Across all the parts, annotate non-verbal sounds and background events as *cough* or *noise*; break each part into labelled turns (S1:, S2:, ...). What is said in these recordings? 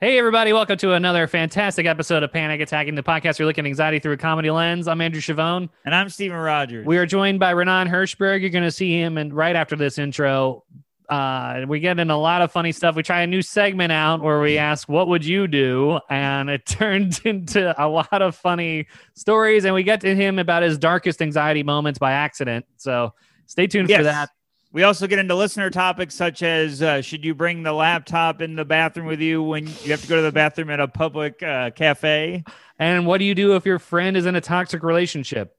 S1: Hey, everybody, welcome to another fantastic episode of Panic Attacking the Podcast. We're looking at anxiety through a comedy lens. I'm Andrew Chavone.
S2: And I'm Steven Rogers.
S1: We are joined by Renan Hirschberg. You're going to see him and right after this intro. Uh, we get in a lot of funny stuff. We try a new segment out where we ask, What would you do? And it *laughs* turned into a lot of funny stories. And we get to him about his darkest anxiety moments by accident. So stay tuned
S2: Yes.
S1: for that.
S2: We also get into listener topics such as uh, should you bring the laptop in the bathroom with you when you have to go to the bathroom at a public uh, cafe?
S1: And what do you do if your friend is in a toxic relationship?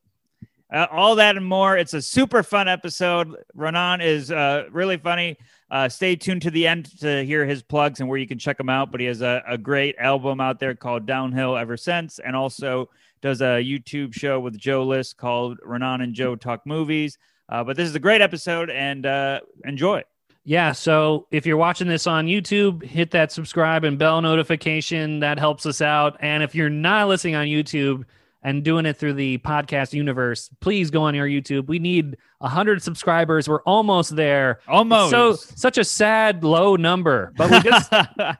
S2: Uh, all that and more. It's a super fun episode. Renan is uh, really funny. Uh, stay tuned to the end to hear his plugs and where you can check him out. But he has a, a great album out there called Downhill Ever Since, and also does a YouTube show with Joe List called Renan and Joe Talk Movies. Uh, but this is a great episode and uh, enjoy.
S1: Yeah. So if you're watching this on YouTube, hit that subscribe and bell notification. That helps us out. And if you're not listening on YouTube and doing it through the podcast universe, please go on your YouTube. We need 100 subscribers. We're almost there.
S2: Almost.
S1: So such a sad low number, but we
S2: *laughs*
S1: just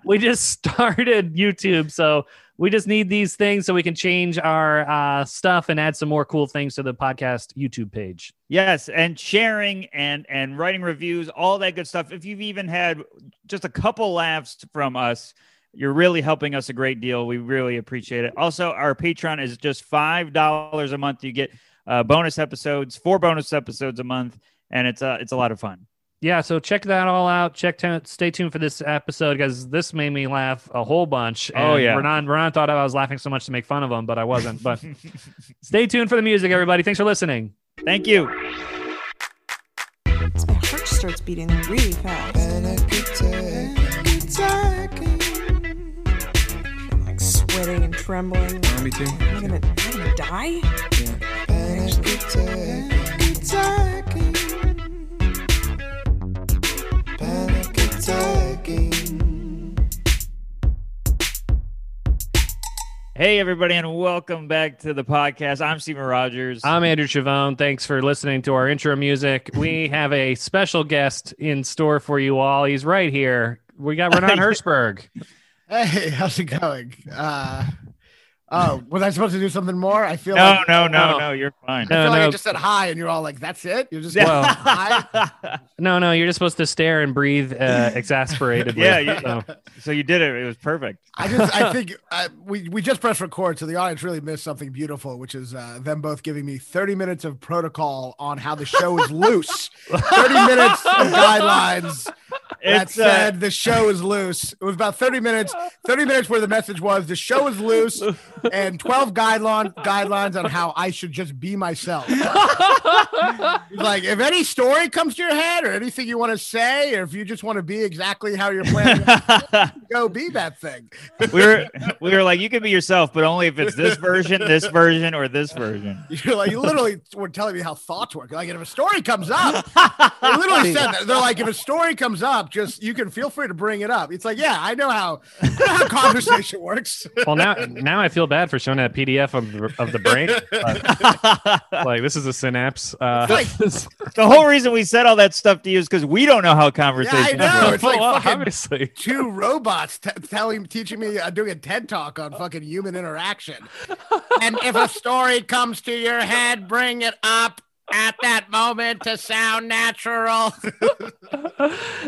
S1: we just started YouTube, so we just need these things so we can change our uh, stuff and add some more cool things to the podcast YouTube page.
S2: yes, and sharing and and writing reviews, all that good stuff. If you've even had just a couple laughs from us, you're really helping us a great deal. We really appreciate it. Also, our Patreon is just five dollars a month. You get uh, bonus episodes, four bonus episodes a month, and it's a it's a lot of fun.
S1: yeah so check that all out check t- stay tuned for this episode because this made me laugh a whole bunch
S2: Oh,
S1: And
S2: yeah.
S1: renan, renan thought i was laughing so much to make fun of him but i wasn't *laughs* but stay tuned for the music everybody thanks for listening
S2: Thank you.
S3: My heart starts beating really fast.
S4: And I keep talking.
S3: I'm like sweating and trembling. Am
S4: Me too.
S3: I gonna, am I gonna die?
S4: And I keep talking. Panic attacking.
S2: Hey everybody, and welcome back to the podcast. I'm Steven Rogers.
S1: i'm andrew chavone thanks for listening to our intro music we have a special guest in store for you all he's right here we *laughs* got renan hirschberg
S5: Hey, *laughs* how's it going? Uh, oh, was I supposed to do something more? I feel
S2: no,
S5: like, oh.
S2: no, no,
S1: No.
S2: no. You're fine.
S5: I, feel
S1: No,
S5: like
S1: no.
S5: I just said hi, and you're all like, "That's it." You're just
S1: Well-
S5: hi.
S2: *laughs*
S1: no no you're just supposed to stare and breathe *laughs* uh, exasperatedly
S2: Yeah,
S5: *laughs*
S2: you-
S1: So-
S2: so you did it. It was perfect.
S5: I just, I think I, we we just pressed record, so the audience really missed something beautiful, which is uh, them both giving me 30 minutes of protocol on how the show
S2: *laughs*
S5: is loose. 30 minutes of guidelines that
S2: It's uh,
S5: said the show is loose. It was about 30 minutes, 30 minutes where the message was the show is loose, and 12 guideline guidelines on how I should just
S2: *laughs*
S5: be myself. like if any story comes to your head or anything you want to say or if you just want to be exactly how you're
S2: *laughs*
S5: planning to go be that thing
S2: we were we were like, you can be yourself, but only if it's this version, this version, or this version.
S5: you're like you literally were telling me how thoughts work like if a story comes up they literally said that they're like if a story comes up just you can feel free to bring it up it's like yeah i know how, I know how conversation works
S1: well now now i feel bad for showing that pdf of, the- of the
S5: *laughs*
S1: brain like this is a synapse uh,
S5: It's
S1: *laughs*
S2: The whole reason we said all that stuff to you is because we don't know how conversations
S5: Yeah, I know.
S1: oh,
S2: work.
S5: it's like
S1: Well,
S5: fucking-
S1: obviously
S5: two robots t- telling teaching me uh, doing a ted talk on fucking human interaction and if a story comes to your head bring it up at that moment to sound natural
S1: *laughs*
S2: *laughs*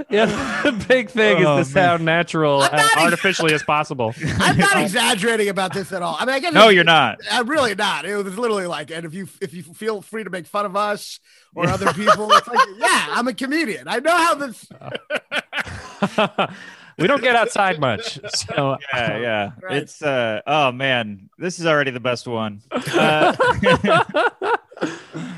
S1: yeah, the big thing
S2: Oh, man.
S1: is to sound natural
S5: I'm
S1: as
S5: not-
S1: artificially as possible. *laughs*
S5: I'm not exaggerating about this at all. I mean, I guess
S2: No,
S5: it-
S2: you're
S5: *laughs*
S2: not.
S5: I'm really not. It was literally like, and if you if you feel free to make fun of us or other people,
S2: *laughs*
S5: it's like, yeah, I'm a comedian. I know how this.
S1: we don't get outside much, so
S2: Yeah, yeah.
S5: Right.
S2: It's uh oh man, this is already the best
S5: *laughs*
S2: one. Uh,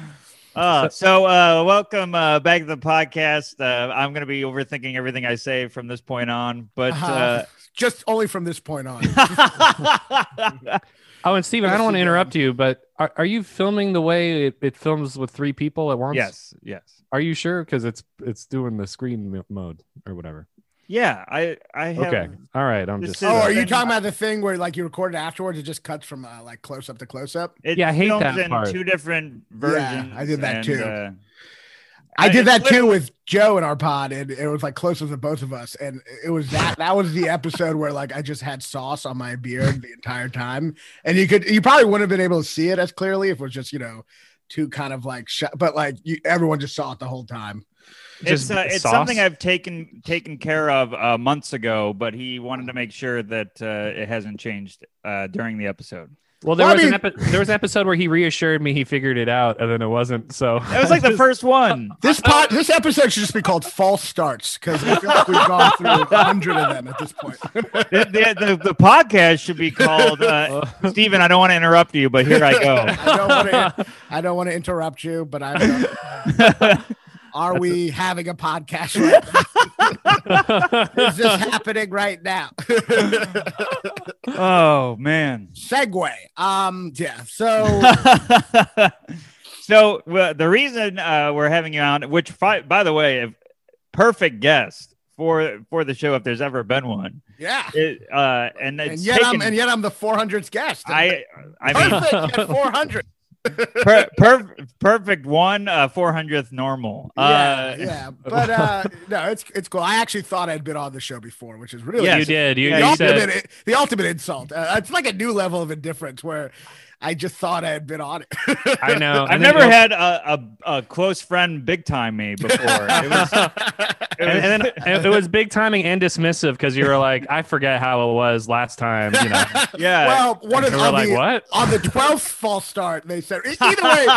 S2: *laughs* uh, so uh welcome uh back to the podcast. Uh I'm gonna be overthinking everything I say from this point on, but uh
S5: Uh-huh. Just only from this
S2: *laughs*
S5: point on.
S2: uh,
S5: *laughs*
S1: Oh, and Steven, I don't want to interrupt you, but are, are you filming the way it, it films with three people at once?
S2: yes, yes.
S1: Are you sure? Because it's it's doing the screen mo- mode or whatever.
S2: Yeah, I I have
S1: Okay, all right. I'm
S2: This
S1: just.
S2: is-
S5: Oh, are you
S2: Then-
S5: talking about the thing where like you record it afterwards? It just cuts from uh, like close up to close up.
S2: it
S1: Yeah, I hate
S2: films
S1: that
S2: in
S1: part.
S2: two different versions.
S5: I did that
S2: and,
S5: too.
S2: uh,
S5: I did
S2: it's
S5: that too with Joe in our pod, and it was like closest of both of us. And it was that that was the episode where like I just had sauce on my beard the entire time, and you could you probably wouldn't have been able to see it as clearly if it was just you know too kind of like sh- but like you, everyone just saw it the whole time.
S2: it's
S1: Just
S2: uh, it's
S1: sauce?
S2: something I've taken taken care of uh, months ago, but he wanted to make sure that uh, it hasn't changed uh, during the episode.
S1: Well, there
S5: Well, I
S1: was an
S5: mean-
S1: epi- there was an episode where he reassured me he figured it out, and then it wasn't. So
S2: It was like the first one.
S5: This pod, this episode should just be called false starts because I feel like we've gone through a hundred of them at this point.
S2: the, the, the, the podcast should be
S1: *laughs*
S2: called uh, Steven, I don't want to interrupt you, but here I go.
S5: I don't
S2: *laughs*
S5: want to. I don't want to interrupt you, but I'm. uh, Are we having a podcast? Right now? *laughs* Is this happening right now? *laughs*
S2: Oh man.
S5: Segway. Um. Yeah.
S2: *laughs*
S5: So
S2: so well, the reason uh, we're having you on, which fi- by the way, if, perfect guest for for the show if there's ever been one.
S5: yeah.
S2: It, uh, and it's
S5: And yet I'm
S2: taken-
S5: and yet I'm the 400th guest.
S2: I I mean *laughs*
S5: perfect at 400.
S2: per, per, perfect one uh, 400th normal. Uh,
S5: yeah, yeah. But uh, no, it's it's cool. I actually thought I'd been on the show before, which is really
S1: *laughs*
S2: Yeah,
S1: you did. You,
S2: Yeah,
S5: the
S1: you
S2: you
S1: said
S5: ultimate, the ultimate insult. Uh, it's like a new level of indifference where I just thought I had been on it.
S1: I know.
S2: *laughs* I've
S1: And then
S2: never
S1: you-
S2: had a, a, a close friend big time
S5: *laughs*
S2: me before. It was, it was-
S1: And, and then it, it was big timing and dismissive because you were like, I forget how it was last time. You know,
S2: yeah.
S5: *laughs* well, one
S1: and
S5: of the,
S1: we're
S5: on,
S1: like,
S5: the,
S1: what?
S5: on the 12th false start, they said. e- Either
S1: *laughs*
S5: way,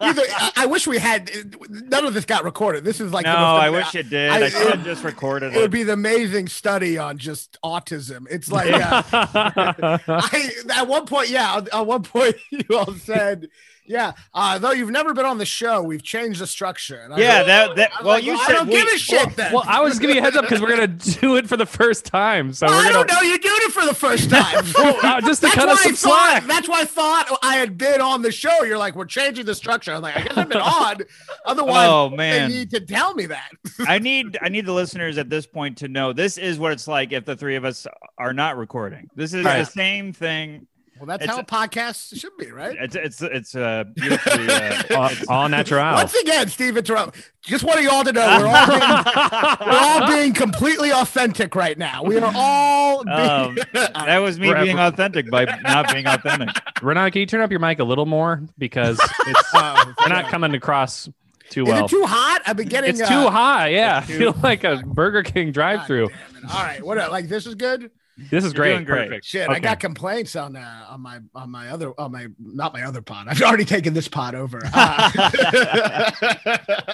S5: either I, I wish we had. None of this got recorded. This is like the
S2: no,
S5: most-
S2: I wish it did.
S5: I-
S2: I,
S5: it-
S2: should have just recorded
S5: It would
S2: it.
S5: be the amazing study on just autism. It's like uh, I, at one point, yeah, at- at one point *laughs* you all said, yeah, uh, though you've never been on the show, we've changed the structure. And I was
S2: Yeah,
S5: like,
S2: that that.
S5: I'm
S2: Well,
S5: like,
S2: you
S5: I
S2: said
S5: don't
S2: we-
S5: give a shit then.
S1: well, I was giving you a heads up because we're gonna do it for the first time. So
S5: *laughs* Well,
S1: we're
S5: I
S1: gonna
S5: don't know. You're doing it for the
S1: *laughs*
S5: first time.
S1: uh, just to
S5: That's
S1: cut
S5: why
S1: us
S5: I
S1: some
S5: thought-
S1: slack.
S5: That's why I thought I had been on the show. You're like, we're changing the structure. I'm like, I guess I've been on. Otherwise,
S2: Oh
S5: they
S2: man,
S5: need to tell me that. *laughs*
S2: I need I need the listeners at this point to know this is what it's like if the three of us are not recording. This is
S5: Right.
S2: the same thing.
S5: Well, that's
S2: It's-
S5: how podcasts should be, right?
S2: It's it's it's uh, beautifully. Uh,
S1: all, all natural.
S5: Once again, Steve interrupt. Just wanted you all to know *laughs* we're all
S2: *laughs*
S5: being, we're all being completely authentic right now. We are all being, *laughs*
S2: um, that was me
S1: Forever.
S2: being authentic by not being authentic.
S5: *laughs*
S1: Renan, can you turn up your mic a little more because it's
S5: Oh,
S1: we're not
S5: yeah.
S1: coming across too
S5: Is
S1: well.
S5: it too hot? I've been getting
S1: it's
S5: uh,
S1: too high. Yeah, *laughs*
S2: it's
S1: I
S2: too-
S1: feel like a Burger King
S5: God
S1: drive-through.
S5: damn it. All right, what like this is good.
S1: This is
S2: You're
S1: great.
S2: doing great.
S1: Perfect.
S5: Shit, I
S1: Okay. *laughs*
S5: got complaints on uh, on my on my other on my not my other pod. I've already taken this pod over. Uh,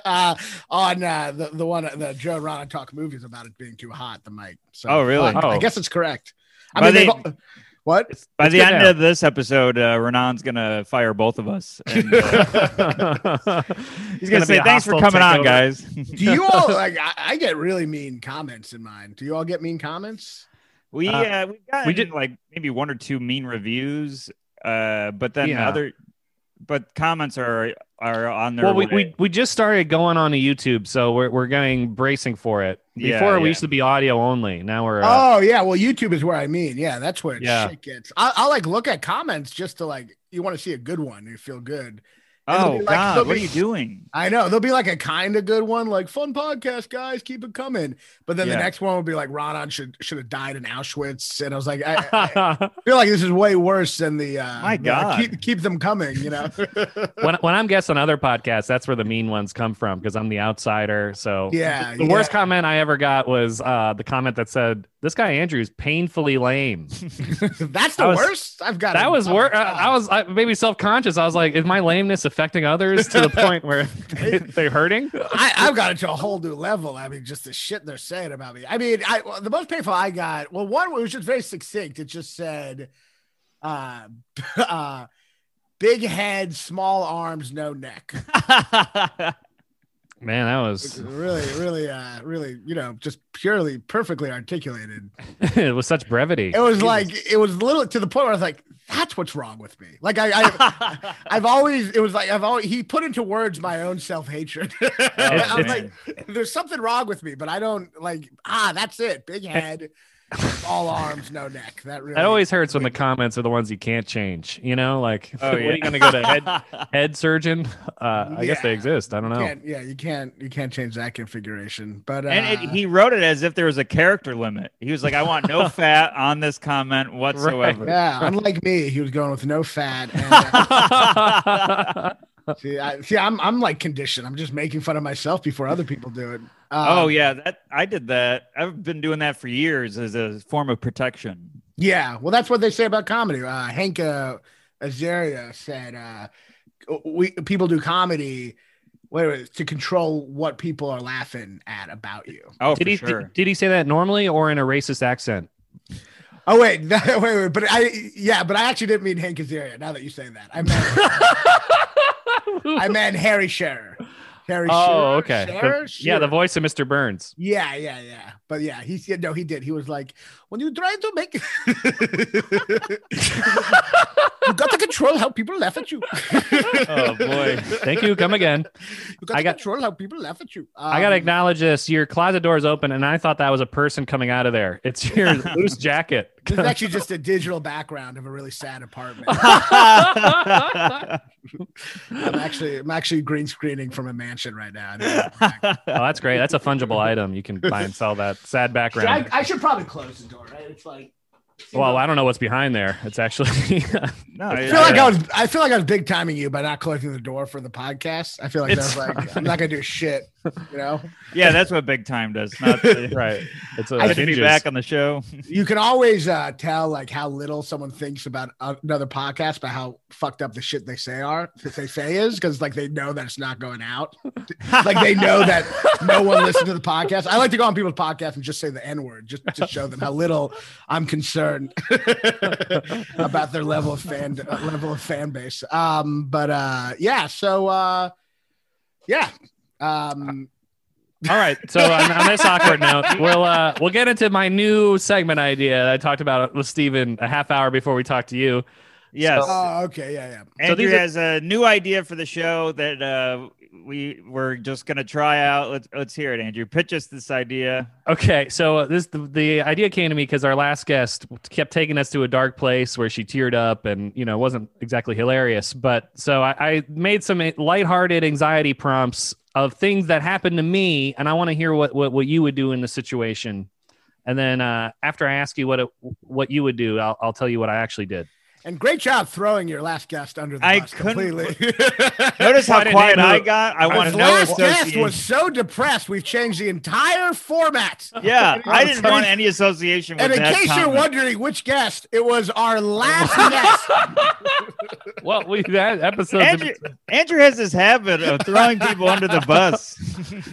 S5: uh, *laughs* on uh, the the one the Joe Rana talk movies about it being too hot. The mic. So,
S2: Oh, really?
S5: fuck, I
S1: Oh.
S5: guess it's correct. I
S2: But
S5: mean,
S2: they-
S5: they've al- what?
S2: By
S1: It's good
S2: the end
S1: now.
S2: of this episode, uh, Renan's gonna fire both
S1: *laughs*
S2: of us. And, uh, he's gonna,
S1: be
S2: say,
S1: a
S2: "Thanks for
S1: hostile
S2: coming on,
S1: takeover."
S2: guys." *laughs*
S5: Do you all like? I, I get really mean comments in mine. Do you all get mean comments?
S2: we
S1: Uh,
S2: uh, we got
S1: we
S2: we
S1: did-
S2: did like maybe one or two mean reviews, uh, but then
S1: Yeah.
S2: other, but comments are are on their
S1: Well, we,
S2: way.
S1: we we just started going on to YouTube, so we're we're getting bracing for it. Before
S2: Yeah,
S1: we
S2: yeah.
S1: used to be audio only. Now we're uh,
S5: Oh yeah, well YouTube is where I mean. Yeah, that's where
S1: Yeah.
S5: shit gets. I, I like look at comments just to like you want to see a good one. You feel good. and
S2: oh
S5: it'll be like
S2: God, what are
S5: somebody-
S1: *laughs*
S2: you doing?
S5: I know there'll be like a kind of good one, like fun podcast, guys, keep it coming. But then the
S2: Yeah.
S5: next one will be like Ronan should should have died in Auschwitz, and I was like,
S2: *laughs*
S5: I, I feel like this is way worse than the uh,
S2: My
S5: the,
S2: God.
S5: keep keep them coming,
S1: *laughs*
S5: you know.
S1: *laughs* when when I'm guessing other podcasts, that's where the mean ones come from because I'm the outsider. So
S5: Yeah,
S1: the worst comment I ever got was uh, the comment that said, "This guy Andrew is painfully lame."
S5: *laughs* that's the
S1: That was-
S5: worst. I've got
S1: That
S5: it.
S1: was
S5: Oh,
S1: work.
S5: God.
S1: I was I, maybe self conscious. I was like, "Is my lameness affecting others to the point where *laughs* they, they're
S2: *laughs*
S1: hurting?"
S5: *laughs* I, I've got it to a whole new level. I mean, just the shit they're saying about me. I mean, I well, the most painful I got. Well, one was just very succinct. It just said, uh, *laughs* uh, "Big head, small arms, no neck." *laughs*
S1: Man, that
S5: It's
S1: was *laughs*
S5: really, really, uh, really, you know, just purely, perfectly articulated.
S1: it was such brevity.
S5: It was like it was little to the point where I was like, "That's what's wrong with me." Like I,
S1: *laughs*
S5: I I've always it was like I've always he put into words my own self *laughs* hatred.
S2: Oh,
S5: I was
S1: man.
S2: *laughs*
S5: like, "There's something wrong with me," but I don't like ah, that's it, big head. all arms, no neck. That really
S1: That always hurts when the comments are the ones you can't change. You know, like *laughs*
S2: Oh,
S1: what
S2: yeah.
S1: are you gonna go to head
S2: *laughs*
S1: head surgeon? Uh, I guess they
S5: Yeah.
S1: exist. I don't know.
S5: Can't, yeah, you can't you can't change that configuration. But uh,
S2: And it, he wrote it as if there was a character limit. He was like, "I
S1: *laughs*
S2: want no fat on this comment whatsoever."
S5: yeah, unlike me, he was going with
S2: *laughs*
S5: no fat. And, uh, see, I, see, I'm I'm like conditioned. I'm just making fun of myself before other people do it. Um,
S2: Oh yeah, that I did that. I've been doing that for years as a form of protection.
S5: Yeah, well, that's what they say about comedy. Uh, Hank uh, Azaria said, uh, "We people do comedy, wait, wait, to control what people are laughing at about you."
S2: Oh,
S1: Did
S2: for
S1: he
S2: sure.
S1: did, he say that normally or in a racist accent?
S5: Oh wait, *laughs* that, wait, wait, but I yeah, but I actually didn't mean Hank Azaria. Now that you say that, I
S1: *laughs*
S5: meant I meant Harry Shearer. Harry
S1: oh,
S5: Shearer,
S1: okay.
S5: Shearer?
S1: The- yeah, the
S5: Shearer.
S1: voice of Mr. Burns.
S5: Yeah, yeah, yeah. But yeah, he said no, he did. He was like, when you try to make *laughs* you got to control how people
S1: *laughs*
S5: laugh at you.
S2: oh boy.
S1: Thank you. Come again.
S5: You got
S1: I
S5: to
S1: got-
S5: control how people laugh at you.
S1: I gotta
S5: Um,
S1: acknowledge this. Your closet door is open, and I thought that was a person coming out of there. It's your loose jacket.
S5: This is actually
S1: *laughs*
S5: just a digital background of a really sad apartment. I'm actually I'm actually green screening from a mansion
S1: *laughs*
S5: right now. I,
S1: Oh, that's great. That's a fungible item. You can buy and sell that sad
S5: I,
S1: background.
S5: I should probably close the door, right? It's like
S1: Well, I don't know what's behind there. It's actually *laughs*
S2: No,
S5: I
S2: yeah,
S5: feel like
S2: yeah.
S5: I was I feel like I was big timing you by not closing the door for the podcast. I feel like that
S1: It's
S5: was
S1: *laughs*
S5: like I'm not gonna do shit, you know.
S2: yeah, that's what big time does. Not *laughs* the,
S1: right. It's a
S2: Good to be
S1: hinges.
S2: back on the *laughs* show.
S5: You can always uh, tell like how little someone thinks about another podcast, but how fucked up the shit they say are that they say is because like they know that it's not
S2: *laughs*
S5: going out. like they know that no one listened to the podcast. I like to go on people's podcasts and just say the N word, just to show them how little I'm concerned *laughs* about their level of fan uh, level of fan base. Um, but uh, yeah, so uh, yeah, um,
S1: All right. So on, on this awkward note, we'll uh, we'll get into my new segment idea that I talked about with Steven a half hour before we talked to you.
S2: Yes.
S5: oh, okay, yeah, yeah.
S1: So
S2: Andrew
S1: these are-
S2: has a new idea for the show that uh, we we're just gonna try out. Let's let's hear it, Andrew. Pitch us this idea.
S1: Okay, so uh, this the, the idea came to me because our last guest kept taking us to a dark place where she teared up, and you know it wasn't exactly hilarious. But so I, I made some lighthearted anxiety prompts of things that happened to me, and I want to hear what, what what you would do in the situation. And then uh, after I ask you what it, what you would do, I'll, I'll tell you what I actually did.
S5: And great job throwing your last guest under the
S2: I
S5: bus
S2: couldn't-
S5: completely.
S2: *laughs* Notice
S1: Well, I
S2: how
S1: didn't
S2: quiet
S1: name who
S2: I
S1: it-
S2: got. I want
S5: Our
S2: to know
S5: last guest
S2: association.
S5: was so depressed, we've changed the entire format.
S2: *laughs*
S1: Oh,
S2: Yeah, *laughs* I didn't
S5: Sorry.
S2: want any association with
S5: And in
S2: that
S5: case you're
S2: comment.
S5: wondering which guest, it
S1: *laughs*
S5: was our last guest.
S1: Well, we that episode.
S2: Andrew, Andrew has this habit of throwing people under the bus.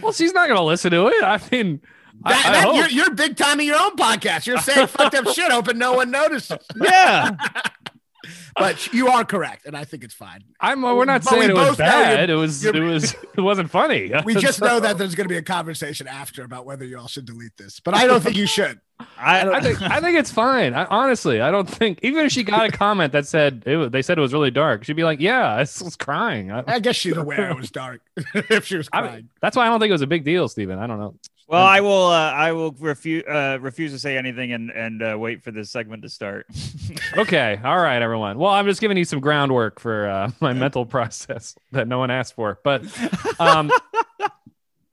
S2: *laughs*
S1: well, she's not going to listen to it. I mean, I-
S5: That-
S1: I
S5: that-
S1: hope.
S5: you're, you're big time in your own podcast. You're saying fucked up shit, hoping no one notices.
S2: yeah,
S5: But you are correct, and I think it's fine.
S1: I'm. We're not
S5: But
S1: saying
S5: we
S1: it was
S5: both know you're-
S1: bad. It was. It
S5: you're- *laughs*
S1: was. It wasn't funny. *laughs*
S5: We just know that there's going to be a conversation after about whether you all should delete this, but I don't think
S1: *laughs*
S5: you should.
S2: I,
S1: I think. I think it's fine. I, honestly, I don't think. Even if she
S5: *laughs*
S1: got a comment that said it, wa- they said it was really dark, she'd be like, "Yeah, I s- was crying." I,
S5: I guess she's aware it was dark *laughs* if she was
S1: I-
S5: crying.
S1: that's why I don't think it was a big deal, Steven. I don't know.
S2: well, I will. Uh, I will refuse. Uh, refuse to say anything and and uh, wait for this segment to start. *laughs*
S1: Okay. All right, everyone. Well, I'm just giving you some groundwork for uh, *laughs* my mental process that no one asked for. But,
S5: *laughs*
S1: um,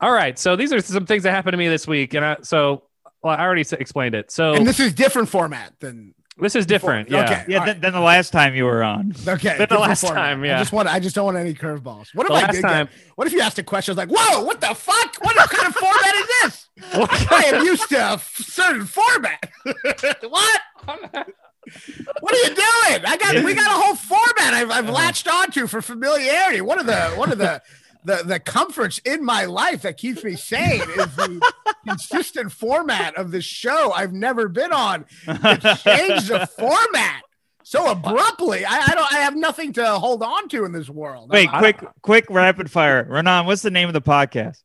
S1: all right. So these are some things that happened to me this week, and I, so well, I already s- explained it. So
S5: And
S1: this,
S5: this is different format than
S1: is different.
S5: before.
S1: Yeah.
S5: Okay.
S2: yeah,
S5: all
S2: than, than the last time you were on.
S5: Okay.
S1: the
S5: different
S1: last
S5: format.
S1: time, yeah.
S5: I just want. I just don't want any curveballs. What if
S1: The
S5: I
S1: last
S5: did
S1: time- *laughs*
S5: Get, what if you asked a question like, "Whoa, what the fuck? What kind of format is this?
S1: *laughs*
S5: I am used to a f- certain format. *laughs* what? What are you doing? I got. We got a whole format I've, I've latched onto for familiarity. One of the. One of the. The, the comforts in my life that keeps me sane is the consistent format of this show I've never been on
S2: *laughs*
S5: change the format so abruptly. I, I don't. I have nothing to hold on to in this world.
S2: Wait,
S1: I-
S2: quick, quick, rapid fire, Renan. What's the name of the podcast?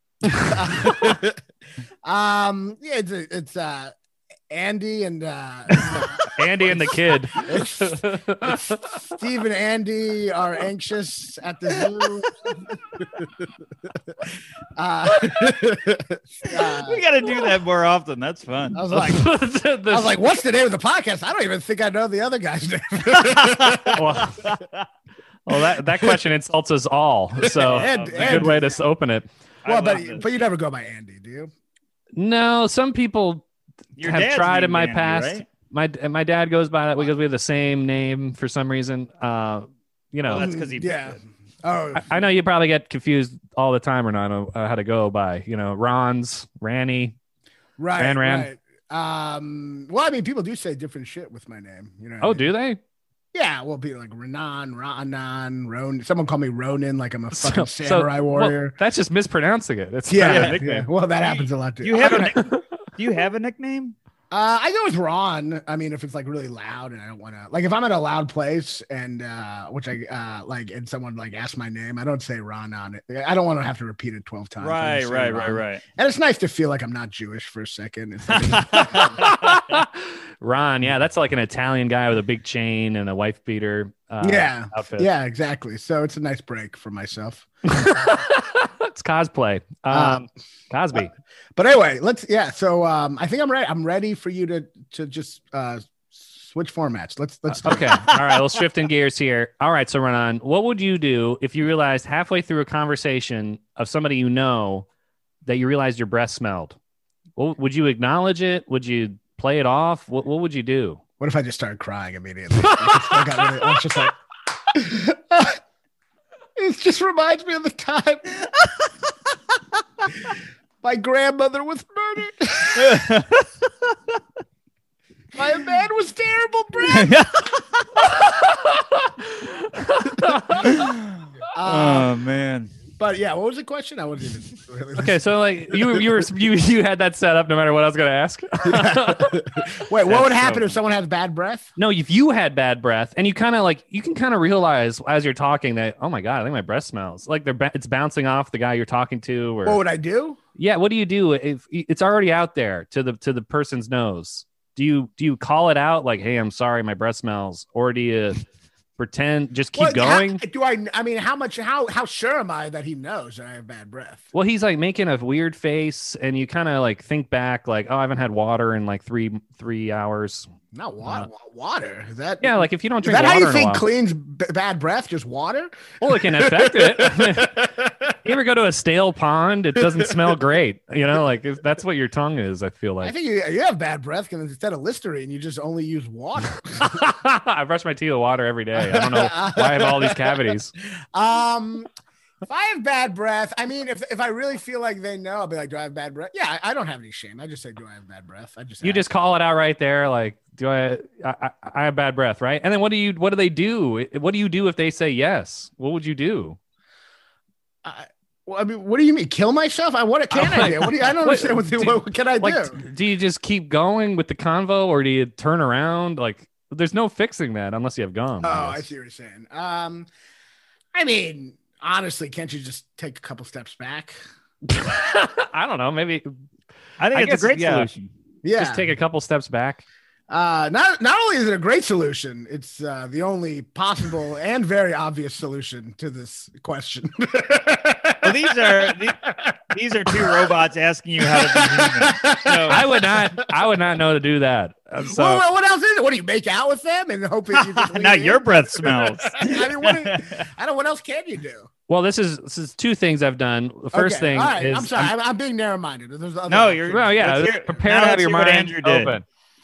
S5: um, yeah, it's it's uh, Andy and uh, *laughs*
S1: Andy and the kid.
S5: Steve and Andy are anxious at the zoo. *laughs* uh, uh,
S2: we got to do that more often. That's fun.
S5: I
S1: *laughs*
S5: was like,
S1: The- the-
S5: I was like, what's the name of the podcast? I don't even think I know the other guy's *laughs* name.
S1: well, well, that, that question insults us all. So uh,
S5: And-
S1: it's a
S5: and-
S1: good way to s- open it.
S2: I
S5: well,
S2: love this.
S5: but but you never go by Andy, do you?
S1: No, some people
S2: Your
S1: have
S2: dad's
S1: tried in
S2: named
S1: my
S2: Andy,
S1: past.
S2: right?
S1: My my dad goes by that because we have the same name for some reason. Uh, you know,
S2: Well, that's because he.
S5: Yeah. Oh,
S1: I, I know you probably get confused all the time, Renan, uh, how to go by. You know, Ron's, Ranny.
S5: right.
S1: Ran Ran.
S5: right. Um, well, I mean, people do say different shit with my name. You know. what I
S1: Oh,
S5: mean?
S1: do they?
S5: Yeah, we'll be like Renan, Ranan, Ronan. Someone call me Ronan, like I'm a
S1: So-
S5: fucking
S1: so-
S5: samurai
S1: Well,
S5: warrior.
S1: that's just mispronouncing it. It's
S5: yeah, yeah,
S2: nickname.
S5: Well, that happens a lot too.
S2: Do you
S5: I
S2: have
S5: don't
S2: a
S1: *laughs*
S5: know.
S2: nick- Do you have a nickname?
S5: Uh, I go with Ron. I mean, if it's like really loud and I don't want to, like, if I'm at a loud place and uh, which I uh, like, and someone like asks my name, I don't say Ron on it. I don't want to have to repeat it twelve times. I
S2: Right,
S5: just say
S2: right, right,
S5: Ron.
S2: right.
S5: And it's nice to feel like I'm not Jewish for a second. It's like-
S2: *laughs*
S1: *laughs* Ron, yeah, that's like an Italian guy with a big chain and a wife beater. Uh,
S5: yeah,
S1: outfit.
S5: yeah, exactly. So it's a nice break for myself.
S1: *laughs* it's cosplay. Um,
S5: Uh, *laughs*
S1: Cosby.
S5: But anyway, let's yeah. So um, I think I'm ready. I'm ready for you to to just uh, switch formats. Let's let's do it.
S1: Uh, Okay. All right. Well, shifting gears here. All right. So, Renan, what would you do if you realized halfway through a conversation of somebody you know that you realized your breath smelled? Well, would you acknowledge it? Would you play it off? What, what would you do?
S5: What if I just started crying immediately? I got really- I was just like, *laughs* it just reminds me of the time *laughs* my grandmother was murdered.
S1: *laughs*
S5: My man was terrible, Brad.
S1: *laughs*
S5: *laughs* Uh,
S2: oh man.
S5: but yeah, what was the question? I wasn't even really
S1: Okay. So, like, you you were you you had that set up no matter what I was going to ask.
S5: *laughs*
S1: *laughs*
S5: Wait, what
S2: That's
S5: would happen
S2: so-
S5: if someone has bad breath?
S1: No, if you had bad breath and you kind of like, you can kind of realize as you're talking that, oh my God, I think my breath smells like they're, ba- it's bouncing off the guy you're talking to or,
S5: What would I do?
S1: yeah. What do you do if it's already out there to the, to the person's nose? Do you, do you call it out like, Hey, I'm sorry, my breath smells. Or do you pretend just keep
S5: Well, how-
S1: going?
S5: do I? I mean, how much? How how sure am I that he knows that I have bad breath?
S1: well, he's like making a weird face and you kind of like think back like, Oh, I haven't had water in like three, three hours.
S5: Not
S1: Uh-huh.
S5: water. water is that?
S1: Yeah. Like if you don't
S5: Is
S1: drink
S5: that how
S1: water
S5: you
S1: in a
S5: think
S1: while-
S5: cleans b- bad breath? Just water?
S1: Well, it *laughs* can affect it. you ever go to a stale pond? It doesn't smell great. You know, like if that's what your tongue is. I feel
S5: I
S1: like
S5: think you, you have bad breath because instead of Listerine, you just only use water.
S1: I brush my teeth with water every day. *laughs* I don't know why I have all these cavities.
S5: *laughs* um, if I have bad breath, I mean, if, if I really feel like they know, I'll be like, do I have bad breath? Yeah, I, I don't have any shame. I just say, do I have bad breath? I just
S1: You
S5: ask.
S1: just call it out right there. Like, do I? I, I, I have bad breath, right? And then what do you? What do they do? What do you do if they say yes? What would you do?
S5: I, well, I mean, what do you mean? Kill myself?
S1: *laughs*
S5: I what can I do? What do you, I don't
S1: Wait,
S5: understand. What,
S1: do-
S5: what can I do?
S1: Like, do? you just keep going with the convo, or do you turn around? Like, there's no fixing that unless you have gum.
S5: Oh,
S1: I
S5: I
S1: guess.
S5: see what you're saying. Um, I mean, honestly, can't you just take a couple steps back?
S1: *laughs* I don't know. Maybe
S2: I think
S1: I
S2: it's
S1: guess,
S2: a great
S1: yeah.
S2: solution.
S5: Yeah.
S1: just take a couple steps back.
S5: uh, not not only is it a great solution, it's uh, the
S1: *laughs*
S5: only possible and very obvious solution to this question. *laughs*
S2: Well, these are these, these are two robots asking you how to be human.
S1: *laughs*
S2: So-
S1: I would not. I would not know to do that. Uh, So
S5: well, well, what else is it? What do you make out with them and
S1: *laughs*
S5: hope *laughs* that you just leave
S2: Not
S5: it
S2: your
S5: in?
S2: breath smells.
S5: *laughs* I mean, what? do- I don't. What else can you do?
S1: well, this is this is two things I've done. The first
S5: Okay,
S1: thing
S5: all right,
S1: is
S5: I'm sorry. I'm, I'm being narrow-minded. There's other
S2: No, you're-
S1: well, yeah,
S2: Let's hear-
S1: prepare
S2: now
S1: to have
S2: let's
S1: your
S2: hear what
S1: mind
S2: Andrew did.
S1: open.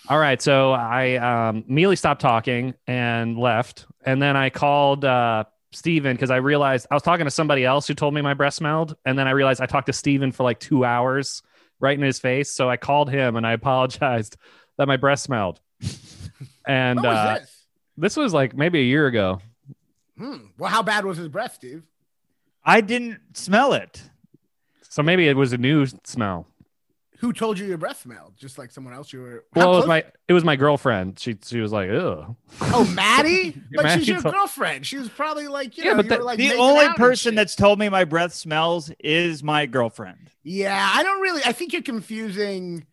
S1: All right, so I um, immediately stopped talking and left, and then I called uh, Steven because I realized I was talking to somebody else who told me my breath smelled, and then I realized I talked to Steven for like two hours right in his face. So I called him and I apologized that my breath smelled. *laughs* And
S5: What was
S1: uh,
S5: this?
S1: this was like maybe a year ago.
S5: Hmm. Well, how bad was his breath, Steve?
S2: *laughs* I didn't smell it.
S1: So maybe it was a new smell.
S5: Who told you your breath smelled? Just like someone else you were. How
S1: Well, it was
S5: close-
S1: my it was my girlfriend. She she was like, "Ew." *laughs*
S5: oh, Maddie, but
S1: Maddie
S5: she's your
S1: told-
S5: girlfriend. She was probably like, you
S1: Yeah,
S5: know,
S1: but
S5: you
S1: that-
S5: were, like
S2: the
S5: making
S2: only
S5: out and
S2: person
S5: shit.
S2: that's told me my breath smells is my
S5: *laughs*
S2: girlfriend.
S5: Yeah, I don't really. I think you're confusing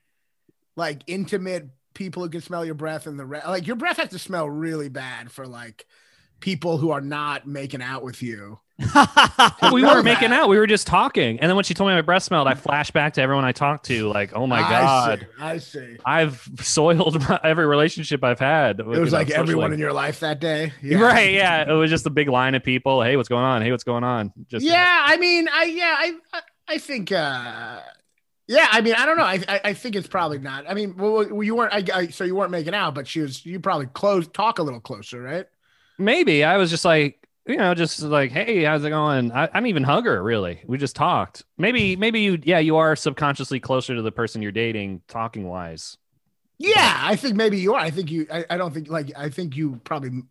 S5: like intimate people who can smell your breath and the re- like your breath has to smell really bad for like people who are not making out with you.
S1: we
S5: know
S1: weren't
S5: that.
S1: making out. We were just talking. And then when she told me my breath smelled, I flashed back to everyone I talked to. Like, oh my
S5: I
S1: god,
S5: see, I see.
S1: I've soiled my, every relationship I've had.
S5: It was like everyone in your life
S1: *laughs*
S5: that day. Yeah.
S1: Right, yeah. It was just a big line of people. Hey, what's going on? Hey, what's going on? Just
S5: yeah, I mean, I yeah, I I- I think uh yeah, I mean, I don't know. I I, I think it's probably not. I mean, well, well, you weren't. I, I so you weren't making out, but she was. You probably close talk a little closer, right?
S1: maybe I was just like, you know, just like, hey, how's it going? I, I didn't even hug her really. We just talked. Maybe, maybe you, yeah, you are subconsciously closer to the person you're dating, talking wise.
S5: Yeah, I think maybe you are. I think you. I, I don't think like. I think you probably.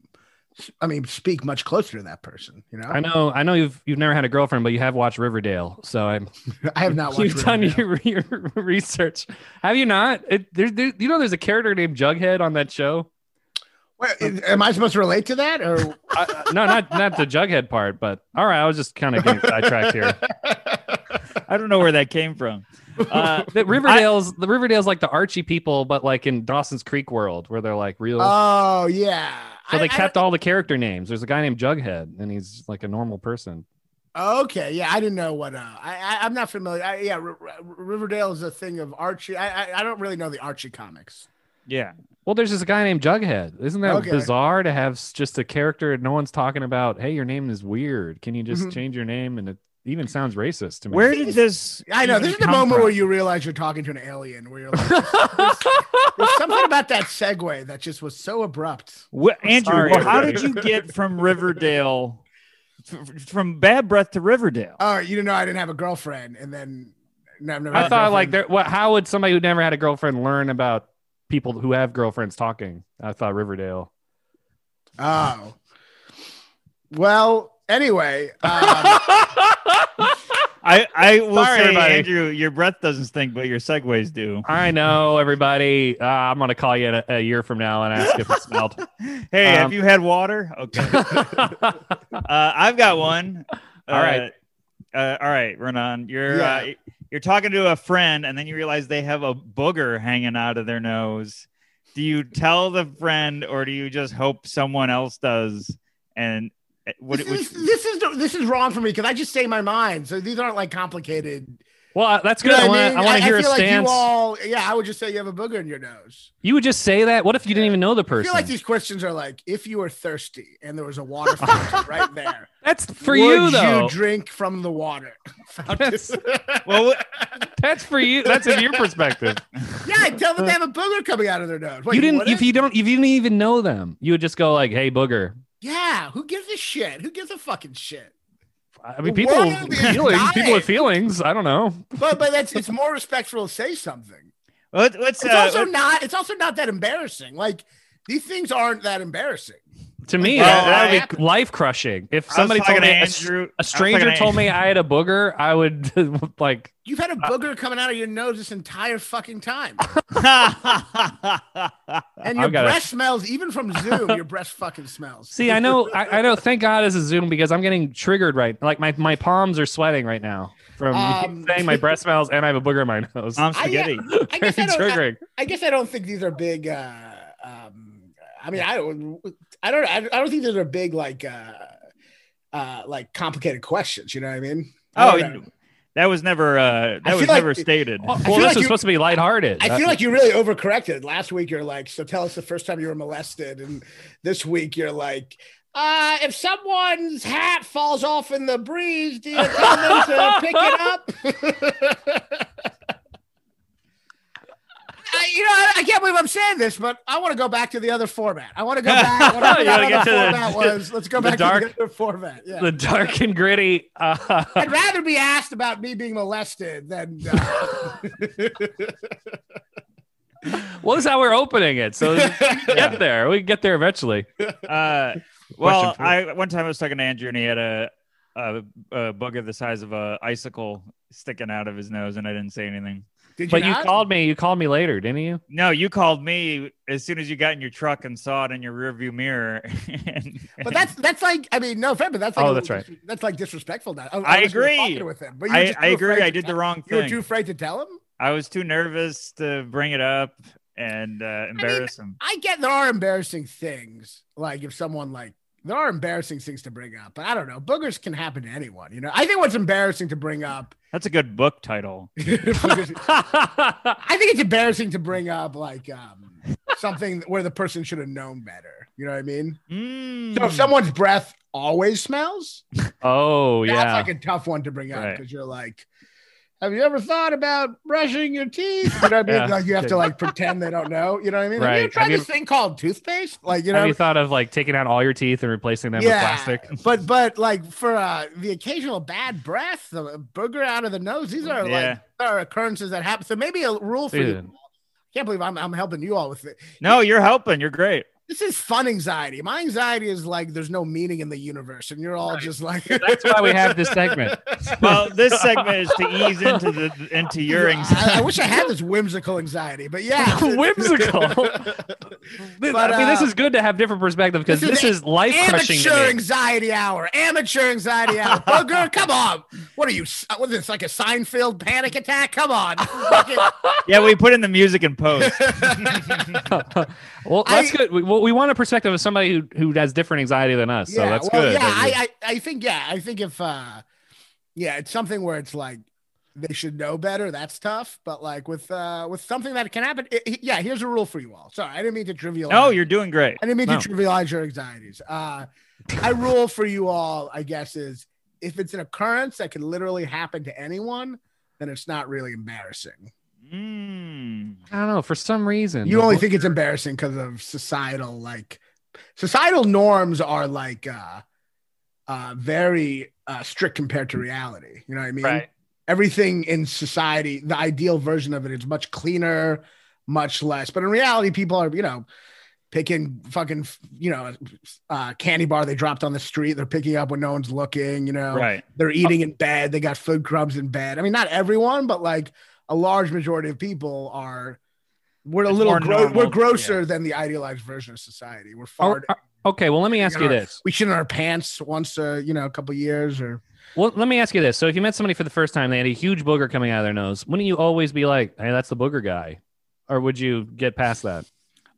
S5: I mean, speak much closer to that person. You know,
S1: I know, I know you've you've never had a girlfriend, but you have watched Riverdale, so I'm
S5: *laughs* I have
S1: *laughs*
S5: not.
S1: you've
S5: watched
S1: done
S5: Riverdale.
S1: your, your research. Have you not? It, there, there, you know, there's a character named Jughead on that show.
S5: Wait, is- am I supposed to relate to that?
S1: *laughs*
S5: Or
S1: I- I- no, not not the Jughead part, but all right, I was just kind of getting sidetracked
S5: *laughs*
S1: here.
S2: I don't know where that came from. Uh,
S1: The Riverdale's the Riverdale's like the Archie people, but like in Dawson's Creek world, where they're like real.
S5: oh yeah.
S1: so
S5: I-
S1: they
S5: I
S1: kept all the character names. There's a guy named Jughead, and he's like a normal person.
S5: Okay, yeah, I didn't know what. Uh, I, I I'm not familiar. I, yeah, R- R- Riverdale is a thing of Archie. I, I I don't really know the Archie comics.
S2: *laughs* yeah.
S1: Well, there's this guy named Jughead. Isn't that
S5: Okay.
S1: bizarre to have s- just a character and no one's talking about? Hey, your name is weird. Can you just
S5: Mhm.
S1: change your name? And it even sounds racist to me. *laughs*
S2: Where did this?
S5: I know
S2: even
S5: this is the
S2: come
S5: moment
S2: from?
S5: where you realize you're talking to an alien. Where you're like,
S1: *laughs*
S5: there's, there's something about that segue that just was so abrupt.
S2: Wh- Andrew,
S1: sorry,
S2: how
S1: everybody.
S2: did you get from Riverdale, f- from Bad Breath to Riverdale?
S5: Oh, you didn't know I didn't have a girlfriend, and then no, I've never had
S1: I
S5: a
S1: thought like
S5: girlfriend.
S1: there, what? How would somebody who never had a girlfriend learn about people who have girlfriends talking? I thought Riverdale.
S5: Oh. Well, anyway, um,
S2: I, I will
S1: Sorry,
S2: say,
S1: everybody.
S2: Andrew, your breath doesn't stink, but your segues do.
S1: I know everybody. Uh, I'm gonna call you in a, a year from now and ask if it smelled.
S2: Hey,
S1: Um,
S2: have you had water? Okay. uh, I've got one.
S1: *laughs* All right.
S2: Uh, uh, all right, Renan. You're
S5: Yeah.
S2: uh, you're talking to a friend, and then you realize they have a booger hanging out of their nose. Do you tell the friend, or do you just hope someone else does? And uh, what?
S5: this,
S2: Which,
S5: is, this is this is wrong for me because I just say my mind. So these aren't like complicated.
S1: Well, uh, that's
S5: You
S1: good.
S5: know
S1: I
S5: what
S1: want
S5: mean?
S1: to hear a
S5: feel Like
S1: stance.
S5: you
S1: you,
S5: all, yeah, I would just say you have a booger in your nose.
S1: would just say that. What if you didn't even know the
S5: I
S1: person?
S5: feel like these questions are like if you were thirsty and there was a water fountain
S1: *laughs*
S5: right there.
S1: that's for
S5: would
S1: you though.
S5: drink from the water. fountain?
S1: That's-
S2: well,
S1: that's for you. That's in your perspective.
S5: yeah, I tell them they have a booger coming out of their nose. Wait,
S1: you didn't.
S5: wouldn't?
S1: If you don't, if you didn't even know them, you would just go like, "Hey, booger."
S5: yeah, who gives a shit? Who gives a fucking shit?
S1: I mean,
S5: The
S1: people,
S5: world is
S1: feelings, people
S5: dying.
S1: with feelings. I don't know.
S5: But but that's it's more respectful to say something.
S2: let,
S5: *laughs*
S2: let's.
S5: It's
S2: uh,
S5: also
S2: let's-
S5: not. It's also not that embarrassing. Like these things aren't that embarrassing.
S1: To me,
S2: Well,
S1: that, that
S2: I-
S1: would be life crushing. If
S2: I was
S1: somebody told
S2: talking
S1: me
S2: to
S1: a,
S2: Andrew- I
S1: a
S2: was
S1: stranger
S2: talking to
S1: told me I had a booger, I would *laughs* like.
S5: You've had a booger coming out of your nose this entire fucking time,
S1: *laughs*
S5: and your
S1: I've got a-
S5: breath smells. Even from Zoom, your breath fucking
S1: *laughs*
S5: smells.
S1: See, I know, I, I know. Thank God it's a Zoom because I'm getting triggered right. Like my my palms are sweating right now from
S5: Um,
S1: *laughs* saying my breath smells and I have a booger in my
S2: *laughs*
S1: nose. *laughs*
S2: I'm
S5: I-
S2: spaghetti.
S5: I
S1: Very
S5: guess I, don't, I,
S1: triggering.
S5: I guess I don't think these are big. Uh, um, I mean, I don't. I don't. I don't think these are big like. Uh, uh, like complicated questions, you know what I mean? I
S2: Oh,
S5: don't know.
S2: that was never. Uh,
S5: I
S2: that was
S5: feel like
S2: never
S5: it-
S2: stated.
S1: Well,
S5: feel
S1: this
S5: like
S1: is
S5: you-
S1: supposed to be lighthearted.
S5: I feel like you really overcorrected. Last week you're like, so tell us the first time you were molested, and this week you're like, uh, if someone's hat falls off in the breeze, do you tell them
S1: *laughs*
S5: to pick it up? *laughs* I, you know, I, I can't believe I'm saying this, but I want to go back to the other format. I
S1: *laughs*
S5: want to go back. What I
S1: You wanna get
S5: thought the
S1: to the- *laughs*
S5: format was let's go
S1: the
S5: back to
S1: dark-
S5: the other format. Yeah.
S1: *laughs* the dark and gritty. Uh, *laughs*
S5: I'd rather be asked about me being molested than.
S1: *laughs*
S5: Uh,
S1: well, this is how we're opening it.
S5: *laughs*
S1: So we can get there. We can get there eventually.
S5: *laughs*
S2: Uh, well,
S1: for you.
S2: I one time I was talking to Andrew and he had a, a a booger the size of a icicle sticking out of his nose, and I didn't say anything.
S5: did you
S1: But you
S5: not?
S1: called me. You called me later, didn't you?
S2: No, you called me as soon as you got in your truck and saw it in your rearview mirror. *laughs* and,
S5: *laughs* But that's that's like I mean no offense, but that's like
S1: Oh,
S5: a
S1: that's
S5: little dis- that's like disrespectful. Now
S2: I
S5: unless you were
S2: agree.
S5: talking with him, but you were
S2: I,
S5: just too
S2: I agree.
S5: afraid
S2: I
S5: to
S2: did the
S5: tell-
S2: wrong
S5: You were too
S2: thing.
S5: afraid to tell him.
S2: I was too nervous to bring it up, and uh, embarrass him.
S5: I get there are embarrassing things. Like if someone like there are embarrassing things to bring up, but I don't know. Boogers can happen to anyone, you know. I think what's embarrassing to bring up. *laughs*
S2: That's a good book title.
S5: boogers- I think it's embarrassing to bring up like um, something where the person should have known better. You know what I mean? So
S2: Mm.
S5: if someone's breath always smells,
S1: *laughs* oh
S5: that's
S1: yeah.
S5: like a tough one to bring up
S2: Right.
S5: because you're like, have you ever thought about brushing your teeth? You know what I
S1: *laughs*
S5: mean?
S1: Yeah.
S5: Like you have to like pretend they don't know. You know what I mean? Have you ever
S1: Right.
S5: tried
S1: Have you-
S5: this thing called toothpaste? Like you know,
S1: Have you thought of like taking out all your teeth and replacing them
S5: Yeah.
S1: with plastic?
S5: but but like for uh, the occasional bad breath, the booger out of the nose, these are
S2: Yeah.
S5: like are occurrences that happen. So maybe a rule for you.
S1: Dude.
S5: Can't believe I'm, I'm helping you all with it.
S2: No, you're helping. You're great.
S5: This is fun anxiety. My anxiety is like there's no meaning in the universe, and you're all just like
S1: That's why we have this
S5: *laughs*
S1: segment.
S2: Well, this segment is to ease into the into *laughs*
S5: *laughs*
S2: your
S5: I, I
S2: anxiety.
S5: wish I had this whimsical
S1: *laughs*
S5: anxiety, but yeah, *laughs*
S1: Whimsical. This-
S5: But,
S1: I mean, this
S5: uh,
S1: is good to have different perspective because
S5: this is
S1: this is, life crushing.
S5: Amateur anxiety hour. Amateur anxiety hour. Booger, come on. What are you? What is this? Like a Seinfeld panic attack? Come on. Fucking-
S2: Yeah, we put in the music and post.
S1: *laughs* well, that's
S5: I-
S1: good. We, well, we want a perspective of somebody who, who has different anxiety than us. *laughs* so that's
S5: well,
S1: good.
S5: Yeah,
S1: that you-
S5: I, I, I think yeah, I think if uh, yeah, it's something where it's like they should know better. That's tough, but like with uh, with something that can happen. it- it- yeah, here's a rule for you all. Sorry, I didn't mean to trivialize.
S1: Oh,
S2: No, Oh, you're doing great.
S5: I didn't mean
S1: No.
S5: to trivialize your anxieties. Uh, I rule for you all, I guess, is if it's an occurrence that can literally happen to anyone, then it's not really embarrassing.
S2: Mm.
S1: I don't know. For some reason,
S5: You only think it's embarrassing because of societal, like, societal norms are like uh, uh, very uh, strict compared to reality. You know what I mean?
S2: Right.
S5: Everything in society, the ideal version of it is much cleaner, much less. But in reality, people are, you know, picking fucking, you know, uh, candy bar they dropped on the street. They're picking up when no one's looking, you know,
S1: *laughs*
S2: Right.
S5: they're eating in bed. They got food crumbs in bed. I mean, not everyone, but like a large majority of people are, we're a
S2: It's
S5: little,
S2: more
S5: gro-
S2: normal.
S5: we're grosser than the idealized version of society. We're
S1: Are-
S5: far,
S1: are- okay, well, let me ask you this.
S5: we shit in our pants once, uh, you know, a couple years or
S1: Well, let me ask you this. So, if you met somebody for the first time, they had a huge booger coming out of their nose. Wouldn't you always be like, "Hey, that's the booger guy," or would you get past that?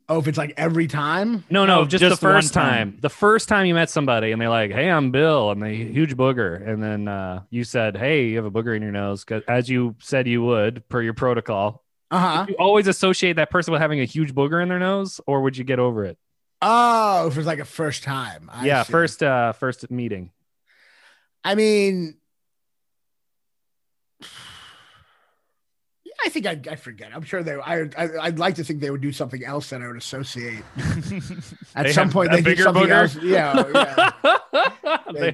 S5: Oh, if it's like every time?
S1: No, no,
S2: No,
S1: just,
S2: just
S1: the
S2: one
S1: first
S2: time.
S1: time. The first time you met somebody and they're like, "Hey, I'm Bill," and they huge booger, and then uh, you said, "Hey, you have a booger in your nose," 'cause- as you said you would per your protocol.
S5: Uh huh.
S1: You always associate that person with having a huge booger in their nose, or would you get over it?
S5: Oh, if it's like a first time. I
S1: yeah,
S5: see.
S1: first, uh, first meeting.
S5: I mean, yeah, I think I, I forget. I'm sure they. I, I I'd like to think they would do something else that I would associate. At
S1: They
S5: some
S1: have
S5: point,
S1: a
S5: they do
S1: bigger
S5: something
S1: booger?
S5: else. Yeah, Oh,
S1: *laughs*
S5: yeah.
S1: they,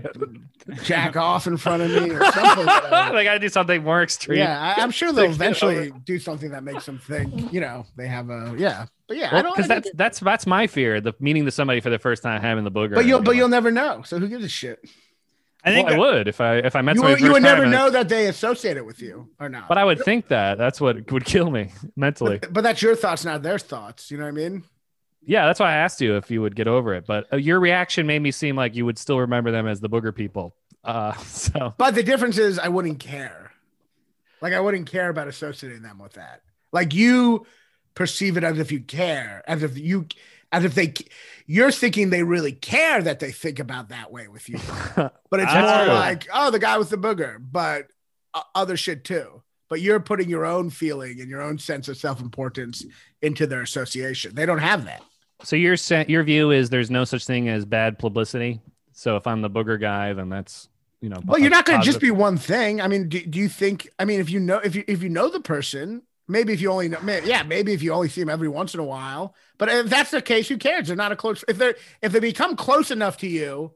S5: They jack off in front of me or something.
S1: *laughs*
S5: Uh,
S1: got to do something more extreme.
S5: yeah, I, I'm sure they'll
S1: They get
S5: eventually do something that makes them think. You know, they have a yeah. But yeah, I don't.
S1: because
S5: I think
S1: that's that's that's my fear the meeting to somebody for the first time having the booger
S5: it- but you'll but
S1: Well,
S5: you'll never know. So who gives a shit?
S2: I think
S1: I would if I if I met
S5: You,
S1: somebody
S5: would- you
S1: first time
S5: would never
S1: and-
S5: know that they associate it with you or not.
S1: But I would think that that's what would kill me *laughs*
S5: *laughs*
S1: mentally.
S5: But that's your thoughts, not their thoughts. You know what I mean?
S1: Yeah, that's why I asked you if you would get over it. But uh, your reaction made me seem like you would still remember them as the booger people. Uh, *laughs* so
S5: But the difference is, I wouldn't care. Like I wouldn't care about associating them with that. Like you perceive it as if you care, as if you, as if they, you're thinking they really care that they think about that way with you. But it's
S2: That's
S5: more
S2: true.
S5: like, oh, the guy with the booger, but o- other shit too. But you're putting your own feeling and your own sense of self-importance into their association. They don't have that.
S1: so your sen- your view is there's no such thing as bad publicity. So if I'm the booger guy, then that's you know.
S5: Well,
S1: a
S5: you're not going to just
S1: positive-
S5: be one thing. I mean, do, do you think? I mean, if you know, if you if you know the person, maybe if you only know, may yeah, maybe if you only see them every once in a while. But if that's the case, who cares? They're not a close. If they're if they become close enough to you,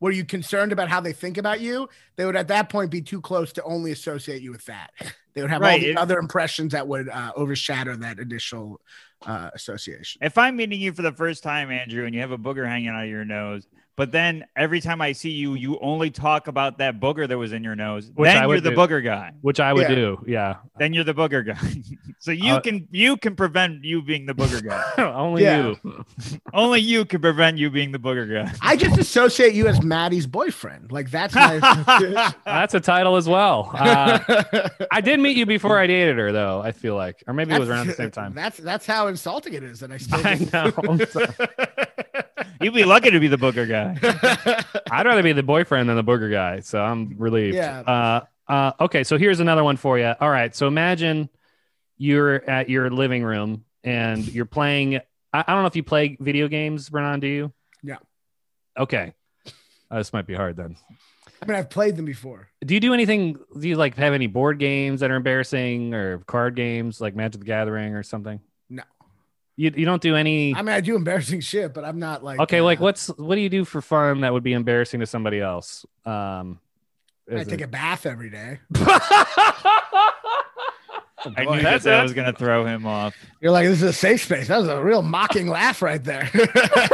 S5: were you concerned about how they think about you? They would at that point be too close to only associate you with that. They would have all
S2: Right,
S5: the
S2: it-
S5: other impressions that would uh, overshadow that initial uh, association.
S2: *laughs* If I'm meeting you for the first time, Andrew, and you have a booger hanging out of your nose, But then every time I see you, you only talk about that booger that was in your nose.
S1: Which
S2: then
S1: I would
S2: you're the
S1: do.
S2: booger guy.
S1: which I would
S5: Yeah.
S1: do. Yeah, *laughs*
S2: Then you're the booger guy. *laughs* so you
S1: Uh,
S2: can you can prevent you being the booger guy.
S1: only
S5: Yeah.
S1: you.
S2: only you can prevent you being the booger guy.
S5: I just associate you as Maddie's boyfriend. Like
S2: *laughs*
S5: that's my. *laughs*
S1: That's a title as well. Uh, I did meet you before I dated her, though. I feel like, or maybe it was around the
S5: *laughs*
S1: same time.
S5: That's that's how insulting it is that I
S1: *laughs*
S5: still.
S1: I
S5: *laughs*
S1: know. I'm sorry.
S2: You'd be lucky to be the
S1: *laughs*
S2: booger guy.
S1: I'd rather be the boyfriend than the booger guy. So I'm relieved.
S5: Yeah.
S1: Uh, uh, okay. So here's another one for you. All right. So imagine you're at your living room and you're playing. I, I don't know if you play video games, Brennan. Do you?
S5: Yeah.
S1: Okay. Uh, this might be hard then.
S5: I mean, I've played them before.
S1: Do you do anything? Do you like have any board games that are embarrassing or card games like Magic the Gathering or something?
S5: No.
S1: You, you don't do any.
S5: I mean, I do embarrassing shit, but I'm not like.
S1: okay.
S5: uh,
S1: Like what's what do you do for fun that would be embarrassing to somebody else? Um,
S5: I
S1: is
S5: take
S1: it- *laughs*
S5: a bath every day.
S2: I
S1: Oh, boy,
S2: knew that
S1: that's
S2: that
S1: it.
S2: was gonna throw him off.
S5: You're like, this is a safe space. That was a
S1: *laughs*
S5: real mocking laugh right there.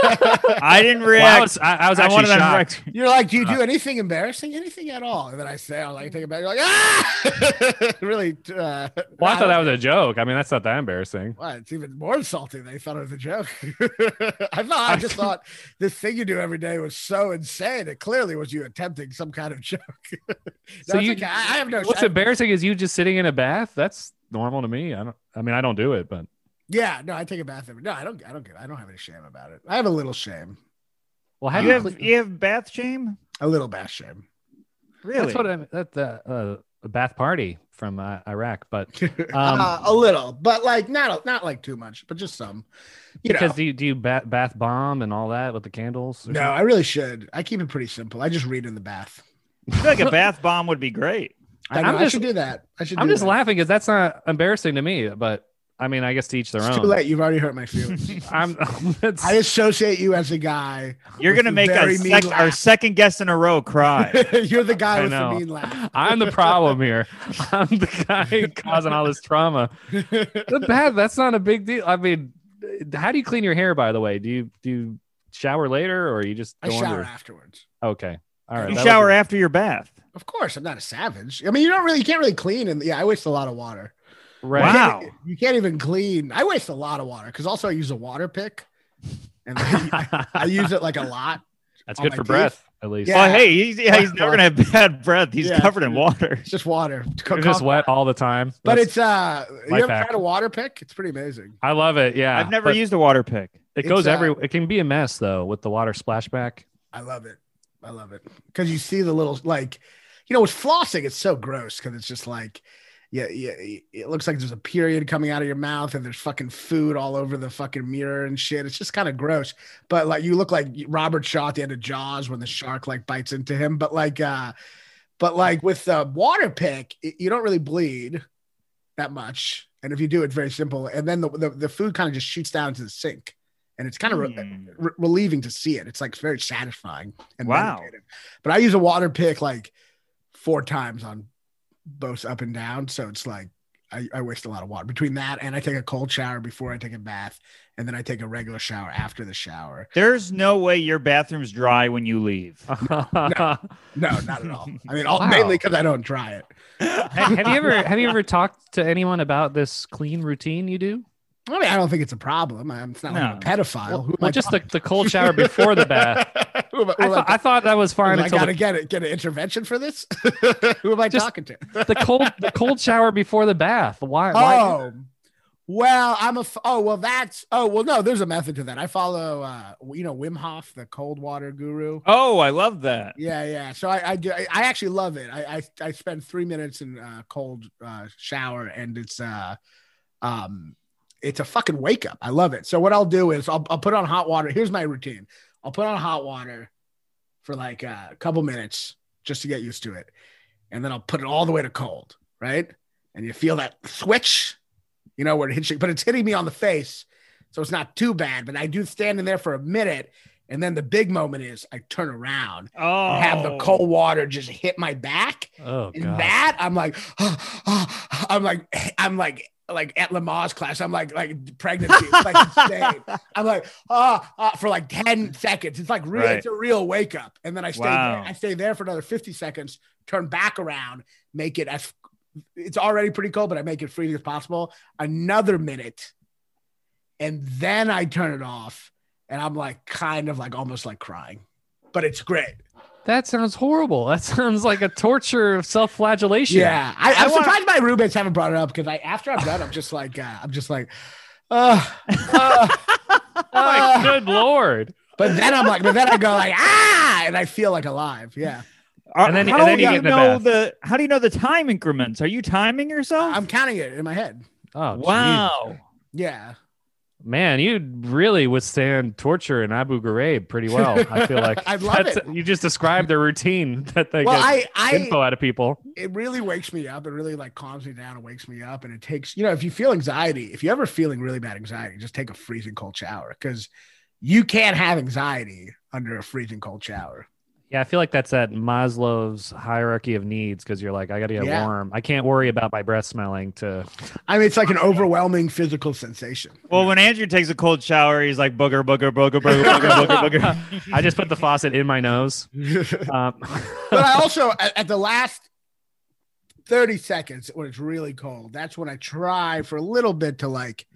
S2: I didn't react.
S1: Well, I was, I, I was
S2: I
S1: actually
S2: wanted them
S1: shocked.
S2: to react.
S5: You're like, do you
S1: Uh.
S5: do anything embarrassing, anything at all? And then I say, I like take it back. You're like, ah, *laughs* really? Uh,
S1: Well, I thought that
S5: don't-
S1: was a joke. I mean, that's not that embarrassing.
S5: Well, it's even more insulting. They thought it was a joke. *laughs* I thought I just thought this thing you do every day was so insane. It clearly was you attempting some kind of *laughs* joke. No,
S1: So
S5: it's
S1: you,
S5: okay. I, I have no.
S1: What's
S5: I-
S1: embarrassing is you just sitting in a bath. That's normal to me. I don't. I mean, I don't do it, but
S5: yeah, no, I take a bath every. No, I don't. I don't give. I don't have any shame about it. I have a little shame,
S1: well, how do
S2: You
S1: you?
S2: have you have bath shame?
S5: a little bath shame. *laughs*
S2: Really?
S1: that's what I that the uh, the bath party from uh, Iraq, but um,
S5: uh, a little, but like not not like too much, but just some. You know.
S1: because do you do you ba- bath bomb and all that with the candles? or
S5: No, I really should. I keep it pretty simple. I just read in the bath.
S2: I feel like
S5: *laughs*
S2: a bath bomb would be great.
S5: I,
S1: I'm
S5: know, I
S1: just-
S5: should do that. I should.
S1: something? I'm
S5: do
S1: just
S5: that.
S1: laughing because that's not embarrassing to me, but I mean, I guess to each their
S5: It's
S1: own.
S5: too late. You've already hurt
S1: *laughs*
S5: my feelings.
S1: I'm. it's-
S5: I associate you as a guy.
S2: You're
S5: with
S2: gonna
S5: the
S2: make
S5: very
S2: us
S5: mean
S2: sec-
S5: laugh.
S2: our second guest in a row
S5: *laughs*
S2: cry.
S5: You're the guy
S1: I
S5: with
S1: know.
S5: the mean laugh. *laughs*
S1: I'm the problem here. I'm the guy *laughs* causing all this trauma. The bath, that's not a big deal. I mean, how do you clean your hair by the way? Do you do you shower later or you just
S5: I
S1: go
S5: shower
S1: under?
S5: afterwards.
S1: Okay. All right.
S2: You
S1: that
S2: shower
S1: was-
S2: after your bath.
S5: Of course, I'm not a savage. I mean, you don't really, you can't really clean, and yeah, I waste a lot of water.
S1: right. *laughs*
S2: Wow.
S5: You can't, you can't even clean. I waste a lot of water because also I use a water pick,
S1: *laughs*
S5: and I, I use it like a lot.
S1: that's
S5: on
S1: good
S5: my
S1: for
S5: teeth.
S1: breath, at least.
S5: Yeah.
S2: Oh, hey, he's, yeah, he's never gonna have bad breath. He's
S5: Yeah.
S2: covered in water.
S5: It's just water. It's co-
S1: You're just
S5: co-
S1: wet all the time.
S5: But
S1: That's-
S5: it's uh, you
S1: life
S5: ever
S1: hack.
S5: tried a water pick? It's pretty amazing.
S1: I love it. Yeah.
S2: I've never
S1: but
S2: used a water pick.
S1: it goes
S5: it's, uh,
S1: every it can be a mess though with the water splashback. *laughs*
S5: I love it. I love it because you see the little like, you know, with flossing, it's so gross because it's just like, yeah, yeah, it looks like there's a period coming out of your mouth and there's fucking food all over the fucking mirror and shit. It's just kind of gross. But like, you look like Robert Shaw at the end of Jaws when the shark like bites into him. But like, uh, but like with uh, water pick, it, you don't really bleed that much. And if you do, it's very simple. And then the the, the food kind of just shoots down to the sink, and it's kind of
S2: Hmm.
S5: re- relieving to see it. It's like very satisfying and
S2: Wow.
S5: meditative. But I use a water pick like four times on both up and down, so it's like I, I waste a lot of water between that and I take a cold shower before I take a bath, and then I take a regular shower after the shower.
S2: There's no way your bathroom's dry when you
S5: *laughs*
S2: leave.
S5: No, not at all.
S1: *laughs*
S5: I mean, all,
S1: Wow.
S5: mainly because I don't dry it.
S1: Hey, have you ever have you ever talked to anyone about this clean routine you do?
S5: I mean, I don't think it's a problem. I'm it's not like I'm a
S2: No.
S5: pedophile.
S1: Well,
S5: Who am I
S1: well, just the, the cold shower before the bath.
S5: talking- Who am I, *laughs*
S1: *laughs*
S5: who
S1: I,
S5: am I
S1: thought I thought that was fine
S5: talking- I
S1: until
S5: gotta
S1: the,
S5: get it, get an intervention for this. *laughs* Who am I
S1: Just-
S5: talking to?
S1: the cold the cold shower before the bath.
S5: *laughs*
S1: Why? why
S5: Oh, well, I'm a. F- oh, well, that's. Oh, well, no, there's a method to that. I follow, uh, you know, Wim Hof, the cold water guru.
S2: oh, I love that.
S5: Yeah, yeah. So I, I do. I, I actually love it. I, I, I spend three minutes in uh, cold uh, shower, and it's, uh, um, it's a fucking wake up. I love it. So what I'll do is I'll, I'll put on hot water. Here's my routine. I'll put on hot water for like uh, a couple minutes just to get used to it, and then I'll put it all the way to cold, right? And you feel that switch, you know, where it hits you, but it's hitting me on the face, so it's not too bad. But I do stand in there for a minute. And then the big moment is I turn around
S2: Oh,
S5: and have the cold water just hit my back.
S1: oh
S5: And
S1: god.
S5: *sighs* that I'm like, I'm like, I'm like like at Lamaze class. I'm like like pregnancy. It's like
S2: *laughs*
S5: insane. I'm like ah ah, for like ten seconds. It's like real.
S2: Right.
S5: It's a real wake up. And then I stay
S2: Wow.
S5: there. I stay there for another fifty seconds. Turn back around. Make it as it's already pretty cold, but I make it freezing as possible. Another minute, and then I turn it off. And I'm like kind of like almost like crying, but it's great.
S1: That sounds horrible. That *laughs* sounds like a torture of self-flagellation.
S5: Yeah, I,
S2: I
S5: I'm
S2: wanna-
S5: surprised my roommates haven't brought it up because I after I'm done, I'm just like uh, I'm just like, uh, uh,
S1: Oh,
S5: *laughs*
S1: My
S5: uh.
S1: good lord.
S5: but then I'm like, but then I go like ah, and I feel like alive. Yeah,
S2: Are-
S1: And then-
S2: how
S1: and
S2: do
S1: then you
S2: you,
S1: get in the
S2: know
S1: bath.
S2: the how do you know the time increments? Are you timing yourself?
S5: I'm counting it in my head.
S1: Oh geez.
S2: wow.
S5: Yeah,
S1: man, you really withstand torture in Abu Ghraib pretty well. I
S5: *laughs*
S1: feel like
S5: I love it.
S1: You just described the routine *laughs* that they
S5: well,
S1: get
S5: I I
S1: info out of people.
S5: it really wakes me up. It really like calms me down and wakes me up. And it takes you know if you feel anxiety, if you're ever feeling really bad anxiety, just take a freezing cold shower because you can't have anxiety under a freezing cold shower.
S1: Yeah, I feel like that's at Maslow's hierarchy of needs because you're like, I got to get
S5: Yeah.
S1: warm. I can't worry about my breath smelling.
S5: *laughs*
S1: To
S5: I mean, it's like an overwhelming physical sensation.
S2: Well, when Andrew takes a cold shower, he's like booger, booger, booger, booger, booger, booger, booger.
S5: *laughs*
S1: I just put the faucet in my nose. Um,
S5: but
S1: *laughs*
S5: I also at, at the last 30 seconds when it's really cold, that's when I try for a little bit to like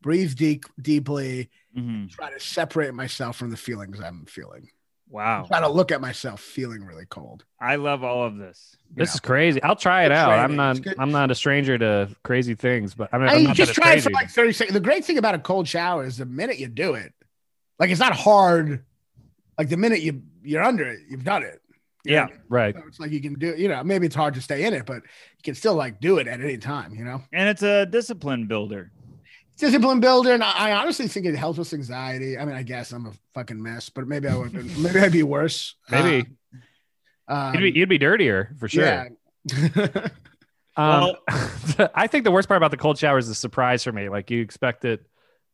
S5: breathe deep deeply,
S2: Mhm.
S5: try to separate myself from the feelings I'm feeling.
S2: Wow,
S5: Try to look at myself feeling really cold.
S2: I love all of this.
S1: this is crazy. I'll try it out. I'm
S5: training.
S1: not.
S5: It's good.
S1: I'm not a stranger to crazy things, but I mean,
S5: I
S1: I'm not
S5: just
S1: just
S5: try it
S1: crazy.
S5: for like 30 seconds. The great thing about a cold shower is the minute you do it, like it's not hard. Like the minute you you're under it, you've done it. You know
S2: Yeah.
S5: what I mean?
S1: right.
S5: So it's like you can do, you know, maybe it's hard to stay in it, but you can still like do it at any time, you know?
S2: And it's a discipline builder.
S5: Discipline builder. And I, I honestly think it helps with anxiety. I mean, I guess I'm a fucking mess, but maybe I would, maybe I'd be worse.
S1: *laughs* Maybe
S5: Uh,
S1: you'd, be, you'd be dirtier for sure.
S5: yeah. *laughs*
S1: Um, *laughs* I think the worst part about the cold shower is the surprise for me. Like you expect it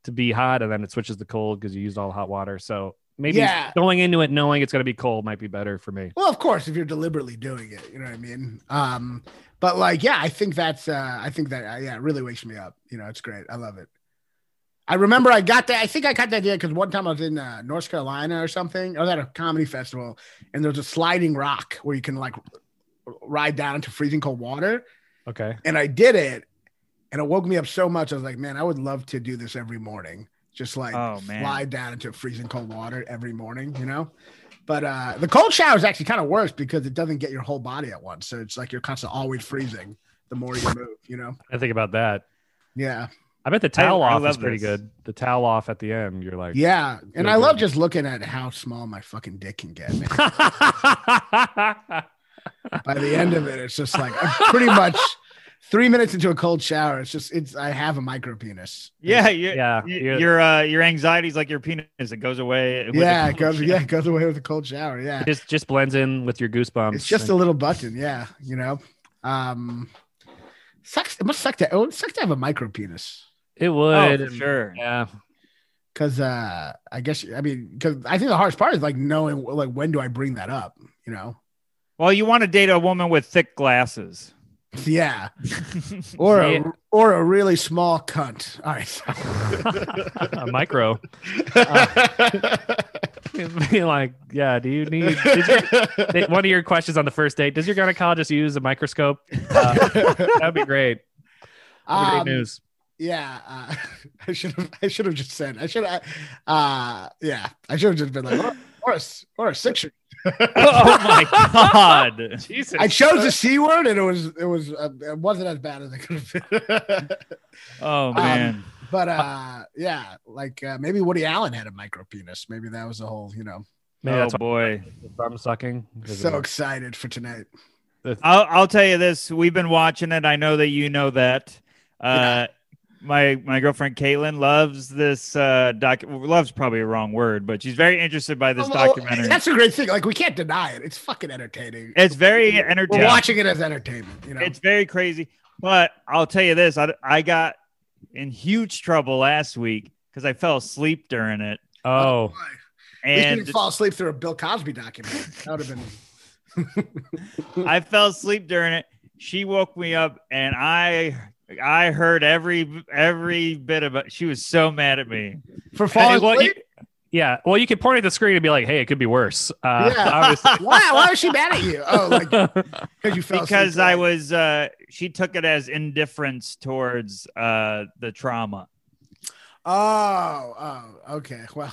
S1: to be hot, and then it switches to cold because you used all the hot water. So maybe
S5: Yeah.
S1: going into it knowing it's going to be cold might be better for me.
S5: well, of course, if you're deliberately doing it, you know what I mean? Um, but like, yeah, I think that's, uh, I think that, uh, yeah, it really wakes me up. You know, it's great. I love it. I remember I got that. I think I got that idea because one time I was in uh, North Carolina or something. I was at a comedy festival, and there's a sliding rock where you can like r- ride down into freezing cold water.
S1: Okay.
S5: and I did it, and it woke me up so much. I was like, man, I would love to do this every morning, just like
S2: Oh, man.
S5: slide down into freezing cold water every morning, you know. But uh, the cold shower is actually kind of worse because it doesn't get your whole body at once, so it's like you're constantly always freezing. The more you move, you know.
S1: I think about that.
S5: Yeah,
S1: I bet the towel
S2: I
S1: off is
S2: love
S1: pretty
S2: this.
S1: good. The towel off at the end, you're like,
S5: yeah, and
S1: Feel
S5: I love
S1: good.
S5: just looking at how small my fucking dick can get. man. By the end of it, it's just like I'm pretty much three minutes into a cold shower. It's just it's I have a micro penis.
S2: Yeah,
S1: *laughs*
S2: you,
S1: yeah.
S2: you-
S1: you're-
S2: your uh, your anxiety's like your penis; it goes away. with the
S5: yeah, it
S2: cold
S5: goes
S2: shower.
S5: yeah it goes away with a cold shower. Yeah,
S1: just just blends in with your goosebumps.
S5: It's just a little button, yeah. You know, um, sucks. It must suck to. It would suck to have a micro penis
S1: it
S2: *laughs* Oh,
S1: would.
S2: for sure.
S1: Yeah.
S5: because uh, I guess I mean because I think the hardest part is like knowing like when do I bring that up? You know, *laughs*
S2: Well, you want to date a woman with thick glasses.
S5: yeah, or
S1: Yeah.
S5: a, or a really small cunt. *laughs* All right, sorry.
S1: a micro. It'd *laughs* be like, yeah, do you need did you- they- one of your questions on the first date? Does your gynecologist use a microscope? Uh, that'd be great. That'd be
S5: Um,
S1: great
S5: *laughs*
S1: news.
S5: yeah, uh, *laughs* I should have. I should have just said. I should. have Uh, yeah, I should have just been like, or, or a s- or a six.
S2: oh my god!
S1: Jesus.
S5: I chose the c word, and it was it was uh, it wasn't as bad as I could have been. *laughs* Um,
S2: Oh man!
S5: But uh, yeah, like uh, maybe Woody Allen had a micro penis. Maybe that was the whole, you know.
S1: Maybe
S2: oh
S1: that's
S2: boy!
S1: why I'm sucking. 'cause
S5: So
S1: of-
S5: excited for tonight.
S2: I'll I'll tell you this: we've been watching it. I know that you know that. Uh, My my girlfriend Caitlin loves this uh, doc. Loves probably a wrong word, but she's very interested by this
S5: Although,
S2: documentary.
S5: That's a great thing. Like we can't deny it. It's fucking entertaining.
S2: It's
S5: *laughs*
S2: very
S5: We're
S2: entertaining.
S5: watching it as entertainment. You know.
S2: It's very crazy. But I'll tell you this: I, I got in huge trouble last week because I fell asleep during it,
S1: oh,
S5: we didn't
S2: and
S5: fall asleep through a Bill Cosby documentary.
S2: *laughs*
S5: That would have been.
S2: I fell asleep during it. She woke me up, and I I heard every every bit about. She was so mad at me.
S5: for falling
S1: Hey, well, you-
S5: asleep?
S1: yeah. Well, you could point at the screen and be like, "Hey, it could be worse." Uh,
S5: Yeah.
S1: obviously- *laughs*
S5: *laughs* Why? Why is she mad at you? Oh, like because you fell
S2: because
S5: asleep.
S2: I was uh she took it as indifference towards uh the trauma.
S5: Oh, oh, okay. Well,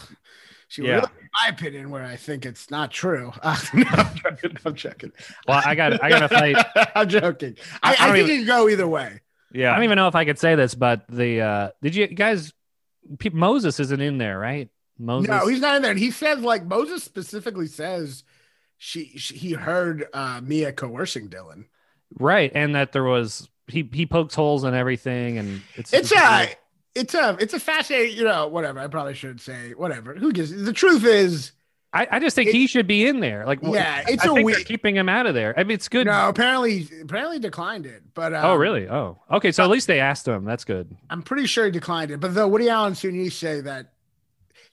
S5: she
S2: Yeah.
S5: really, in my opinion, where I think it's not true. *laughs* Uh, no, I'm joking. I'm joking.
S1: well, I got I got to fight.
S5: *laughs* I'm joking. I,
S1: I
S5: I,
S1: don't
S5: think
S1: even-
S5: it could go either way.
S1: I
S2: Yeah.
S1: don't even know if I could say this, but the uh did you guys? Pe- Moses isn't in there, right? Moses.
S5: No, he's not in there. And he says, like Moses specifically says, she, she he heard uh, Mia coercing Dylan.
S1: right, and that there was he he pokes holes in everything, and it's
S5: It's uh, a, it's a, it's a fascinating. You know, whatever. I probably should say whatever. Who gives? The truth is,
S1: I, I just think
S5: it-
S1: he should be in there. Like, wh-
S5: yeah,
S1: I
S5: it's a
S1: think they're
S5: weird.
S1: keeping him out of there. I mean, it's good.
S5: No, apparently, apparently declined it. But um,
S1: oh, really? Oh, okay. So at least they asked him. That's good.
S5: I'm pretty sure he declined it. But though Woody Allen soon you say that.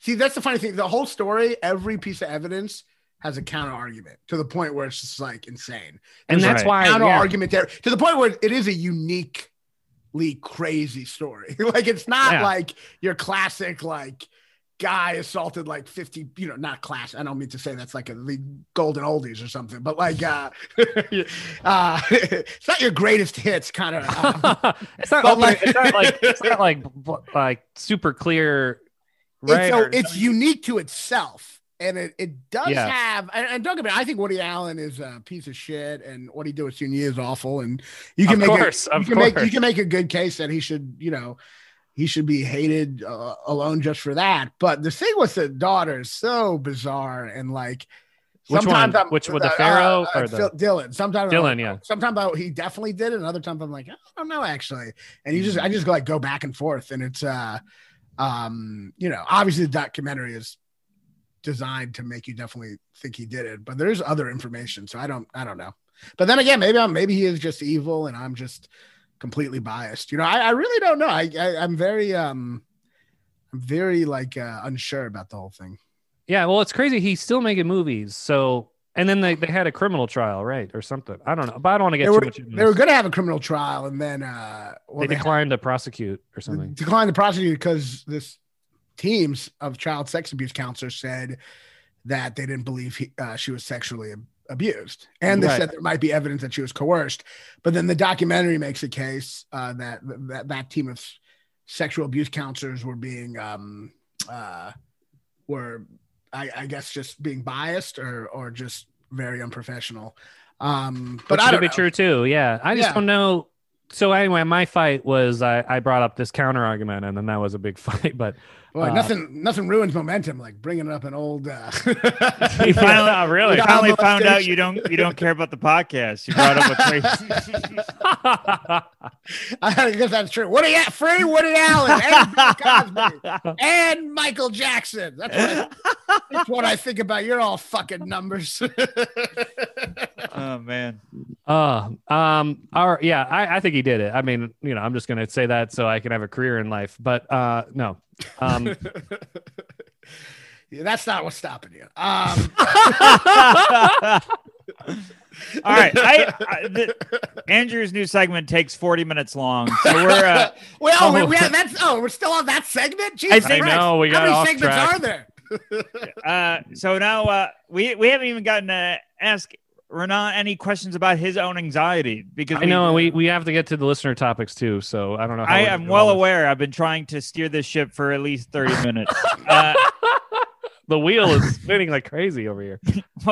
S5: See, that's the funny thing. The whole story, every piece of evidence has a counter argument to the point where it's just like insane.
S1: And
S2: There's
S1: that's
S2: a
S1: why.
S5: Counter
S1: yeah.
S5: argument there to the point where it is a uniquely crazy story. *laughs* like it's not
S1: Yeah.
S5: like your classic like guy assaulted like 50 you know not class i don't mean to say that's like a, the golden oldies or something but like uh *laughs* uh *laughs* it's not your greatest hits kind of
S1: *laughs*
S5: uh,
S1: it's not
S5: But
S1: open,
S5: like-
S1: it's not like it's not like bl- like super clear. Right.
S5: it's,
S1: or-
S5: a, it's unique to itself and it, it does
S1: Yeah.
S5: have and, and don't get me wrong, i think woody allen is a piece of shit and what he did with junior is awful and you can
S1: Of
S5: make
S1: course,
S5: a, you
S1: of
S5: can make you
S1: course.
S5: can make a good case that he should you know he should be hated uh, alone just for that but the thing with the daughter is so bizarre and like
S1: Which
S5: sometimes
S1: one?
S5: I'm- uh,
S1: Which with the Pharaoh or the-
S5: Phil- dylan sometimes I'm
S1: Dylan,
S5: like,
S1: yeah.
S5: sometimes I, he definitely did it and other times i'm like "Oh, i don't know actually and you just
S1: Mm-hmm.
S5: i just like go back and forth and it's uh um you know obviously the documentary is designed to make you definitely think he did it but there's other information so i don't i don't know but then again maybe i'm maybe he is just evil and i'm just completely biased you know i, I really don't know I, I i'm very um i'm very like uh unsure about the whole thing
S1: yeah. Well, it's crazy. He's still making movies. So and then they, they had a criminal trial, right, or something. I don't know, but I don't want to get
S5: they
S1: too
S5: were,
S1: much. into
S5: they were
S1: this.
S5: going to have a criminal trial and then uh well,
S1: they declined to prosecute or something.
S5: declined to prosecute because this teams of child sex abuse counselors said that they didn't believe he, uh, she was sexually ab- abused and they
S1: Right.
S5: said there might be evidence that she was coerced but then the documentary makes a case uh, that, that that team of sexual abuse counselors were being um, uh, were I, I guess just being biased or or just very unprofessional um, but
S1: Which
S5: I
S1: could
S5: don't
S1: be
S5: know.
S1: true too. Yeah, I just
S5: Yeah.
S1: don't know. So anyway, my fight was I, I brought up this counter argument, and then that was a big *laughs* fight. But
S5: Boy,
S1: Uh,
S5: nothing nothing ruins momentum like bringing up an old uh,
S2: You *laughs*
S5: *laughs*
S2: finally, really?
S5: Yeah,
S2: finally found out
S5: molestation.
S2: you don't you don't care about the podcast. You brought up a crazy. *laughs*
S5: I guess that's true. Woody Al- free Woody Allen and Bill
S2: *laughs*
S5: Cosby and Michael Jackson. That's what, I, that's what I think about. You're all fucking numbers. *laughs*
S2: oh man.
S1: uh, um, our, yeah, I, I think he did it. I mean, you know, I'm just gonna say that so I can have a career in life. But uh, no,
S5: *laughs*
S1: um,
S5: Yeah, that's not what's stopping you. Um,
S2: All right. I, I the, Andrew's new segment takes 40 minutes long. So we're uh,
S5: *laughs* well, we,
S1: Oh.
S5: we have, that's oh, we're still on that segment. Jesus
S2: I
S5: Christ.
S1: know, we got
S5: how many
S1: off
S5: segments
S1: track.
S5: are there?
S2: uh so now uh we we haven't even gotten to ask Renan any questions about his own anxiety because
S1: I
S2: we-
S1: know we we have to get to the listener topics too. So I don't know. How
S2: I
S1: we're gonna
S2: am
S1: do
S2: well
S1: all this.
S2: aware. I've been trying to steer this ship for at least 30
S1: *laughs*
S2: minutes. Uh,
S1: The wheel
S5: *laughs*
S1: is spinning like crazy over here.
S2: *laughs*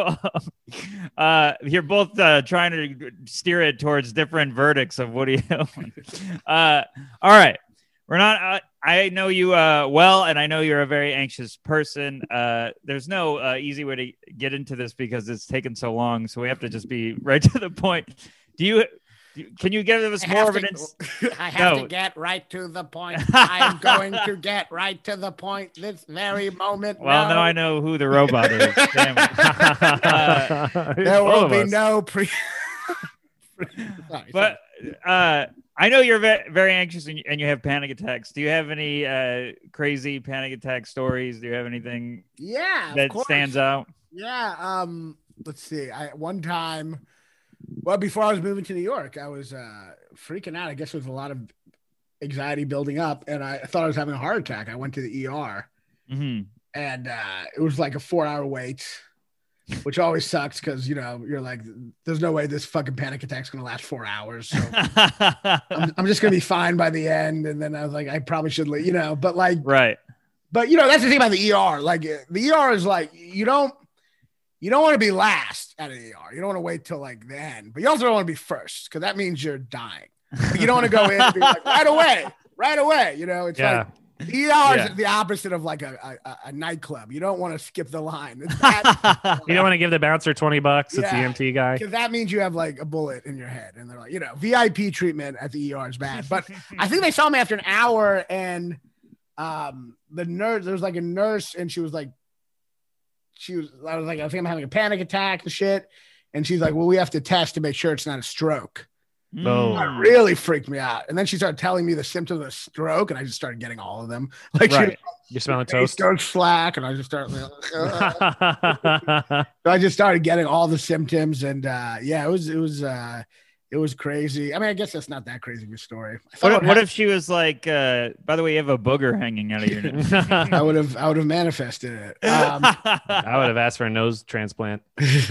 S2: uh, you're both uh, trying to steer it towards different verdicts of Woody Allen. uh, all right, Renan, I, I know you uh, well, and I know you're a very anxious person. Uh, there's no uh, easy way to get into this because it's taken so long, so we have to just be right to the point. Do you? do you- Can you give us
S5: I
S2: more
S5: have
S2: of an?
S5: to-
S2: ins-
S5: *laughs* I have
S2: No.
S5: to get right to the point.
S2: *laughs*
S5: I'm going to get right to the point this very moment.
S2: well,
S5: no,
S2: now I know who the robot is.
S5: *laughs*
S2: Damn *laughs* it.
S1: *laughs*
S2: Uh,
S5: There
S1: Both
S5: will
S1: of
S5: be
S1: us.
S5: no pre. *laughs* Sorry, sorry.
S2: but uh, I know you're very, very anxious and, and you have panic attacks. Do you have any uh, crazy panic attack stories? Do you have anything
S5: yeah,
S2: that stands out?
S5: Yeah. Um. Let's see. I one time, well, before I was moving to New York, I was uh freaking out. I guess with a lot of anxiety building up, and I thought I was having a heart attack. I went to the ER,
S2: hmm
S5: and uh, it was like a four-hour wait, which always sucks because you know you're like, there's no way this fucking panic attack's gonna last four hours. So
S2: *laughs*
S5: I'm, I'm just gonna be fine by the end. And then I was like, I probably should, leave, you know, but like *laughs*
S2: right.
S5: but you know that's the thing about the ER. Like uh, the ER is like you don't you don't want to be last at an ER. You don't want to wait till like the end, but you also don't want to be first because that means you're dying. Like, you don't want to go in and be like, *laughs* right away, right away. You know, it's
S1: Yeah.
S5: like the ER
S2: Yeah.
S5: is the opposite of like a, a, a nightclub. You don't want to skip the line.
S2: *laughs*
S5: It's that-
S1: You don't want to give the bouncer 20 bucks. It's the
S5: Yeah.
S1: EMT guy.
S5: Because that means you have like a bullet in your head, and they're like, you know, VIP treatment at the ER is bad. But I think they saw me after an hour, and um, the nurse there was like a nurse, and she was like, she was, I was like, I think I'm having a panic attack and shit, and she's like, well, we have to test to make sure it's not a stroke.
S1: No.
S5: That
S2: Mm.
S5: really freaked me out, and then she started telling me the symptoms of stroke, and I just started getting all of them. *laughs* Like she
S2: Right.
S1: You're smelling
S5: face
S1: toast.
S5: goes slack, and I just started.
S2: *laughs*
S5: Like, "Ugh."
S1: That's
S5: So I just started getting all the symptoms, and uh, yeah, it was it was uh, it was crazy. I mean, I guess that's not that crazy of a story. I
S2: What,
S5: thought
S2: if- what if she was like, uh, by the way, you have a booger hanging out of your *laughs* nose?
S5: I would have I would have
S1: *laughs*
S5: manifested it? *laughs* Um,
S1: *laughs* I would have asked for a nose transplant.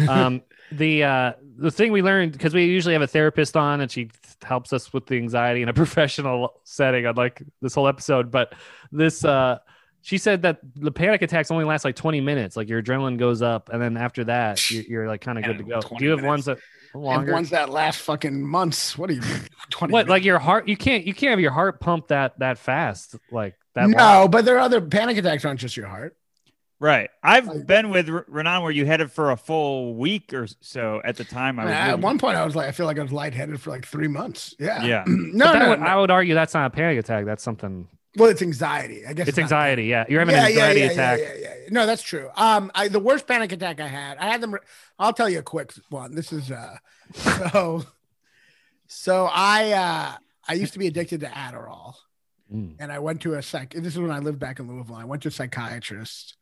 S1: Um, the uh, the thing we learned because we usually have a therapist on and she helps us with the anxiety in a *laughs* professional setting. I'd like this whole episode, but this uh, she said that the panic attacks only last like 20 minutes. Like your adrenaline goes up, and then after that, you're, you're like kind of good to go.
S5: 20
S1: Do you have ones
S5: minutes.
S1: that
S5: and
S1: longer?
S5: ones that last fucking months. What are you? *laughs*
S1: what
S5: Twenty. minutes?
S1: like your heart? You can't you can't have your heart pump that that fast like that.
S5: no,
S1: long.
S5: but there are other panic attacks aren't just your heart.
S2: right. I've
S5: Like-
S2: been with R- Renan where you had it for a full week or so at the time. I
S5: I
S2: was
S5: mean,
S2: with
S5: at
S2: you. *laughs*
S5: one point, I was like, I feel like I was lightheaded for like three months. Yeah. *clears throat*
S2: Yeah.
S5: no,
S1: But that
S5: no,
S1: would-
S5: no.
S1: I would argue that's not a panic attack. That's something.
S5: well, it's anxiety. I guess
S1: It's
S5: not-
S1: anxiety. Yeah, you're having an anxiety attack.
S5: Yeah, yeah, yeah. No, that's true. Um, I, the worst panic attack I had, I had them. I'll tell you a quick one. This is uh, *laughs* so, so I uh, I used to be addicted to Adderall,
S1: Mm.
S5: and I went to a psych. This is when I lived back in Louisville. I went to a psychiatrist,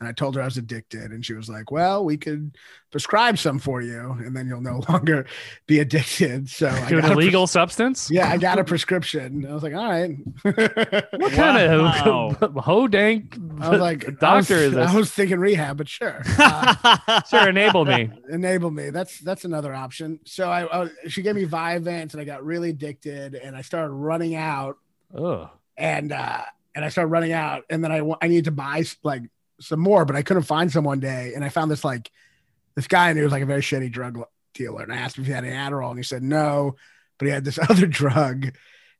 S5: and I told her I was addicted, and she was like, "Well, we could prescribe some for you, and then you'll no *laughs* longer be addicted." So I
S1: to an
S5: got a pres-
S1: illegal substance?
S5: yeah, I got a prescription. I was like,
S1: *laughs*
S5: "All right."
S1: What kind
S2: Wow.
S1: of *laughs* ho dank
S5: I was
S1: *laughs*
S5: like,
S1: doctor
S5: I was,
S1: is this?
S5: I was thinking rehab,
S1: *laughs*
S5: but sure, uh,
S1: sure, enable
S5: *laughs*
S1: me.
S5: enable me. That's that's another option. So I, I was- she gave me Vyvanse, and I got really addicted, and I started running out,
S1: Oh,
S5: and uh, and I started running out, and then I wa- I needed to buy like some more, but I couldn't find some one day, and I found this like this guy, and he was like a very shitty drug lo- dealer, and I asked him if he had any Adderall, and he said no, but he had this *laughs* other drug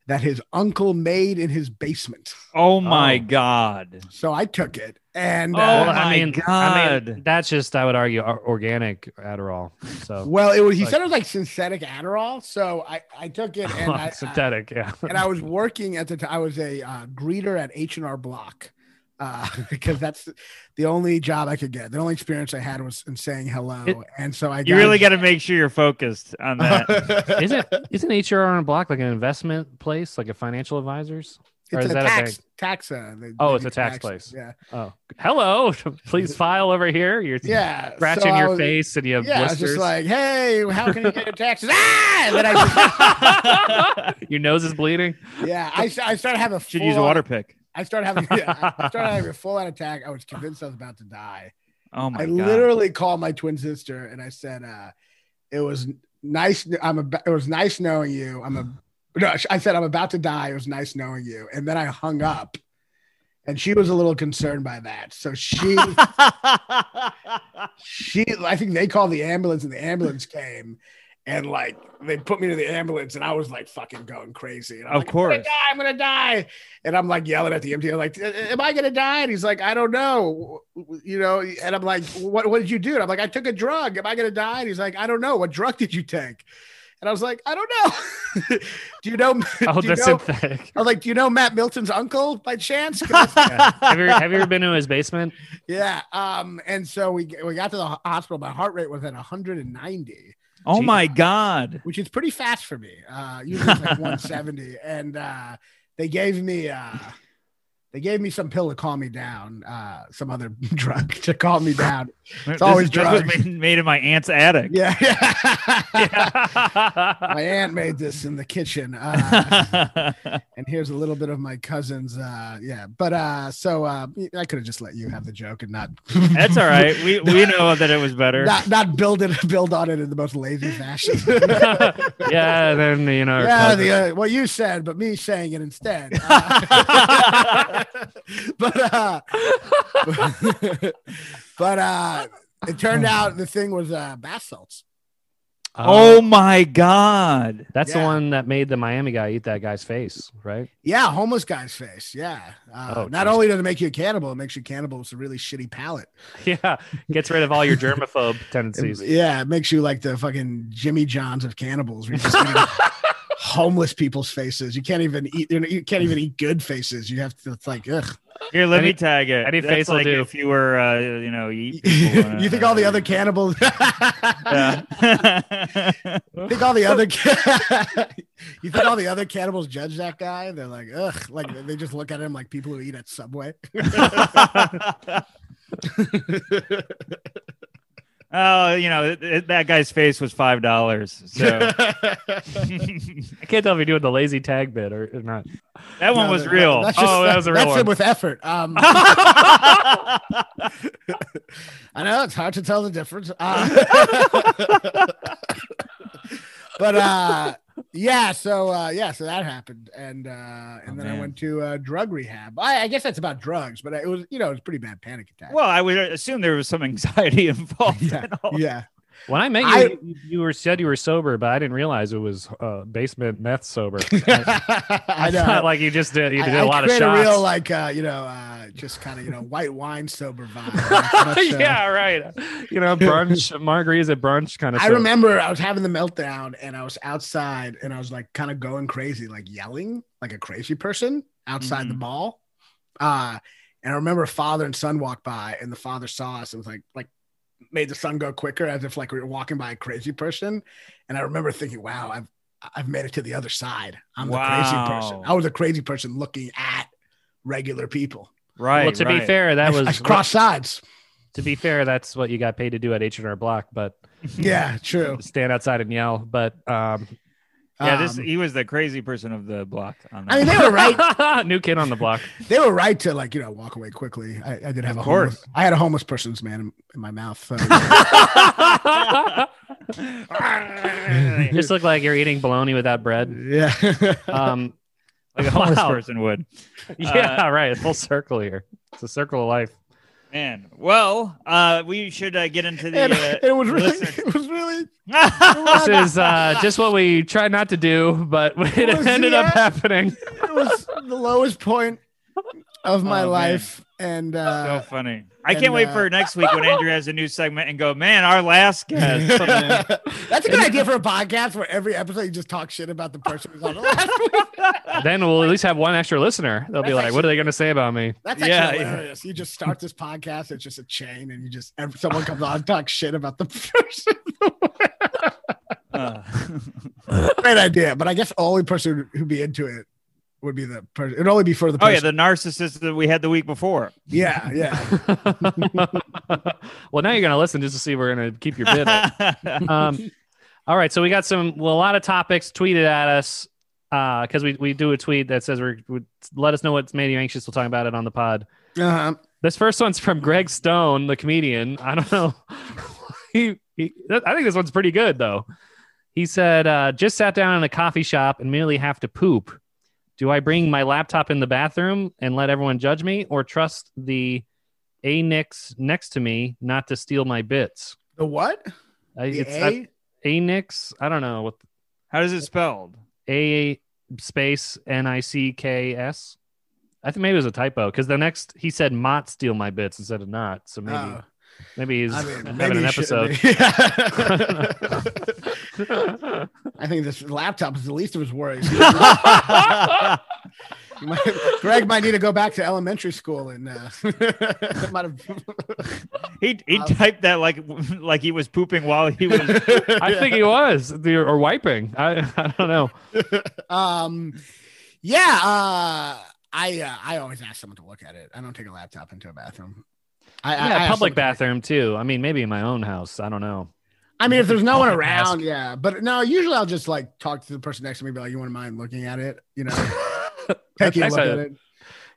S5: that his uncle made in his basement.
S2: oh my
S1: Oh.
S2: God.
S5: So I took it, and. uh,
S2: Oh,
S1: Well,
S2: my
S1: I mean, I mean,
S2: God.
S1: that's just I would argue or- organic Adderall.
S5: *laughs*
S1: So
S5: Well, it was, he
S1: Like-
S5: said it was like synthetic Adderall, so I I took it
S1: *laughs* Oh,
S5: and I, I
S1: synthetic, yeah.
S5: *laughs* and
S1: *laughs*
S5: I was working at the time. I was a uh, greeter at H and R Block uh, *laughs* because that's the only job I could get. The only experience I had was in saying hello,
S1: It-
S5: and so I
S2: You
S5: *laughs*
S2: really got to make sure you're focused on that.
S1: *laughs*
S5: that.
S1: isn't isn't HR on a block like an investment place, like a financial advisors? or
S5: it's
S1: is
S5: a
S1: that a
S5: tax tax. Uh, they-
S1: Oh,
S5: they
S1: it's
S5: do
S1: a tax place.
S5: Yeah,
S1: Oh, hello, *laughs* please file over here. You're
S5: yeah.
S1: scratching
S5: so I
S1: your
S5: was-
S1: face and you have
S5: Yeah, I was
S1: blisters.
S5: just like, hey, how can you get your taxes? Ah! And then I
S1: *laughs*
S5: just,
S1: your nose is bleeding.
S5: yeah, I, I started having a
S2: Should use a
S5: full-on-
S2: water pick.
S5: I started having yeah, I started having a full on attack. I was convinced I was about to die.
S2: Oh my
S5: I
S2: God.
S5: literally called my twin sister and I said, uh, "It was nice. I'm a, It was nice knowing you. I'm a. No, I said I'm about to die. It was nice knowing you." And then I hung up, and she was a little concerned by that.
S2: *laughs*
S5: So she,
S1: Oh,
S5: she, I think they called the ambulance, and the ambulance came, and like they put me to the ambulance, and I was like fucking going crazy. And I'm
S2: Of
S5: like,
S2: course.
S5: I'm gonna die. I'm gonna die. And I'm like yelling at the MT, I'm like, am I gonna die? And he's like, I don't know. You know, and I'm like, what what did you do? And I'm like, I took a drug. Am I gonna die? And he's like, I don't know. What drug did you take? And I was like, I don't know. *laughs* do you know
S1: Oh,
S5: do you
S1: the
S5: know?
S1: synthetic.
S5: I was like, do you know Matt Milton's uncle
S1: *laughs*
S5: by chance? 'Cause that's-
S1: have you have you ever been to his basement? *laughs*
S5: yeah. Um, and so we we got to the ho- hospital. My heart rate was at 190.
S2: oh my God.
S5: which is pretty
S2: *laughs*
S5: fast for me. Uh, usually it's like 170, and uh, they gave me uh, They gave me some pill to calm me down, uh, some other *laughs* drug to calm me down.
S2: It's
S5: always
S2: this was made, made in my aunt's attic.
S5: Yeah, *laughs*
S2: Yeah.
S5: my aunt made this in the kitchen.
S2: *laughs*
S5: Uh, and here's a little bit of my cousin's. Uh, yeah, but uh, so uh, I could have just let you have the joke and not.
S2: That's all right. We we know that it was better.
S5: *laughs* Not not build it, build on it in the most lazy
S2: *laughs*
S5: fashion.
S1: *laughs* yeah, then you know.
S5: yeah,
S1: Yeah,
S5: the, uh, what you said, but me saying it instead. *laughs* Uh, but uh, *laughs* but uh, it turned out the thing was uh, bath salts.
S2: oh my god.
S1: um, that's
S5: yeah.
S1: the one that made the Miami guy eat that guy's face, right?
S5: *laughs* Yeah, homeless guy's face. Yeah. Uh,
S1: Oh,
S5: not
S1: geez.
S5: only does it make you a cannibal, it makes you cannibal with a really shitty palate.
S1: Yeah, gets rid of all your
S5: *laughs*
S1: germaphobe
S5: It-
S1: tendencies.
S5: yeah, it makes you like the fucking Jimmy Johns of cannibals. where you just eat homeless people's faces. You can't even eat. You, know, you can't even eat good faces. You have to. It's like ugh.
S2: Here, let
S1: Any-
S2: me tag it.
S1: any
S2: That's
S1: face will
S2: like
S1: do.
S2: If you were, uh, you know,
S5: *laughs*
S2: you,
S5: you think
S2: uh,
S5: all the other cannibals?
S2: *laughs* Yeah. *laughs*
S5: *laughs* You think all the other *laughs* you think all the other cannibals judge that guy? they're like, ugh, like they just look at him like people who eat
S2: *laughs*
S5: at Subway.
S2: oh, you know, it, it- that guy's face was five dollars.
S5: *laughs*
S2: So
S1: I can't tell if you're doing the lazy tag bit or, or not.
S2: that one
S5: *laughs* No,
S2: was
S5: that-
S2: real.
S5: that's
S2: oh, that was a real
S5: that's
S2: one.
S5: it with effort.
S2: *laughs*
S5: Um, *laughs* I know it's hard to tell the difference. Uh, *laughs* but uh, yeah, so uh, yeah, so that happened, and uh, and
S2: Oh,
S5: then I
S2: man.
S5: went to uh, drug rehab. I, I guess that's about drugs, but it was you know it was a pretty bad panic
S2: *laughs*
S5: attack.
S2: well, I would assume there was some anxiety *laughs* involved.
S5: Yeah.
S2: in all-
S5: yeah, *laughs*
S1: When I met you,
S5: I-
S1: you, you were said you were sober, but I didn't realize it was uh, basement meth sober.
S5: *laughs* I
S1: I
S5: know.
S1: thought like you just did. You did a lot of
S5: create
S1: shots.
S5: A
S1: *laughs*
S5: real like uh, you know, uh, just kind of you know white wine sober
S1: *laughs*
S5: vibe. Not much, uh,
S1: yeah, right. You know, brunch, margaritas at brunch kind of.
S5: I remember I was having the meltdown and I was outside and I was like kind of going crazy, like yelling like a crazy person outside
S1: Mm-hmm.
S5: the mall. Uh, and I remember father and son walked by and the father saw us and was like, like made the son go quicker as if like we were walking by a crazy person. And I remember thinking, wow, I've, I've made it to the other side. I'm the crazy person.
S2: Wow.
S5: I was a crazy person looking at regular people.
S2: Right.
S1: well, to
S2: right.
S1: be fair, that
S5: I-
S1: was
S5: I cross sides.
S1: To be fair, that's what you got paid to do at H and R Block, but
S5: Yeah, true.
S1: stand outside and yell. But um,
S2: Yeah, this
S5: Um,
S2: he was the crazy person of the block. On that.
S5: I
S2: *laughs*
S5: mean, *laughs* they were
S1: *laughs*
S5: right.
S1: new kid on the block.
S5: They were right to like you know walk away quickly. I, I did have a
S2: Of
S5: homeless,
S2: course.
S5: I had a homeless person's man in, in my mouth.
S2: *laughs*
S5: So,
S1: just look like you're eating bologna without bread.
S5: yeah,
S1: Um, uh,
S2: like a homeless
S1: Wow.
S2: person would.
S1: *laughs* yeah, right. Full circle here. It's a circle of *laughs* life.
S2: Man, well, uh, we should uh, get into
S5: *laughs* and
S2: the.
S5: *laughs* it was really,
S2: listen. *laughs*
S5: it was really.
S2: Uh...
S1: This is uh, just what we tried not to do, but *laughs* Oh, it
S5: Was
S1: ended
S5: he
S1: up
S5: at-
S1: *laughs* happening.
S5: It was the lowest point of my
S2: Oh, man.
S5: life, and
S2: so
S5: *laughs* uh,
S2: funny. I
S5: and,
S2: can't wait
S5: uh,
S2: for next week when Andrew has a new segment and go, man, our
S5: *laughs*
S2: last guest.
S5: that's a good idea for a podcast where every episode you just talk shit about the person who's "Oh, on. the last one.
S1: then we'll at least have one extra listener. They'll be
S5: That's
S1: like, "What are they going to say about *laughs* me?"
S5: That's
S2: Yeah,
S5: actually
S2: yeah.
S5: hilarious. You just start this podcast; it's just a chain, and you just every, someone comes on talks shit about the *laughs* person.
S2: Uh, *laughs*
S5: Great idea, but I guess the only person who'd be into it would be the person. It'd only be for the
S2: oh
S5: person.
S2: yeah, the narcissist that we had the week before.
S5: Yeah, yeah.
S1: well, now you're going to listen just to see if we're going to keep your bid. up.
S2: yeah,
S5: *laughs*
S1: Um, all right, so we got some well, a lot of topics tweeted at us because we, we do a tweet that says we're, we let us know what's made you anxious. We'll talk about it on the pod.
S5: Uh-huh.
S1: This first one's from Greg Stone, the comedian. *laughs* I don't know. he, he, I think this one's pretty good though. He said, uh, "Just sat down in a coffee shop and merely have to poop. Do I bring my laptop in the bathroom and let everyone judge me, or trust the a nix next to me not to steal my bits?"
S5: The what?
S1: I,
S5: The
S1: it's
S5: A?
S1: a nix. I don't know what
S2: *laughs* How does it spelled?
S1: a space N I C K S. I think maybe it was a typo because the next he said "mot steal my bits" instead of "not," so maybe
S5: Oh,
S1: maybe he's
S5: I mean,
S1: having
S5: maybe
S1: an
S5: you should- *laughs*
S1: episode.
S5: I think this laptop is the least of his worries. *laughs*
S2: That's
S5: You might- Greg might need to go back to elementary school and uh, *laughs* might have.
S2: *laughs* He he
S5: Um,
S2: typed that like *laughs* like he was pooping while he
S1: *laughs*
S2: was.
S5: *laughs*
S1: I think he was the- or wiping. I I don't know.
S5: Um, yeah, uh, I uh, I always ask someone to look at it. I don't take a laptop into a bathroom. I, I- I
S1: yeah,
S5: ask
S1: public
S5: someone-
S1: bathroom too. I mean, maybe in my own house. I don't
S5: *laughs*
S1: know.
S5: I mean, if there's no one
S1: Public ask.
S5: around, yeah. But no, usually I'll just like talk to the person next to me, be like, "You wouldn't mind looking at it?" You know,
S1: That's
S5: taking a look
S1: actually-
S5: at it.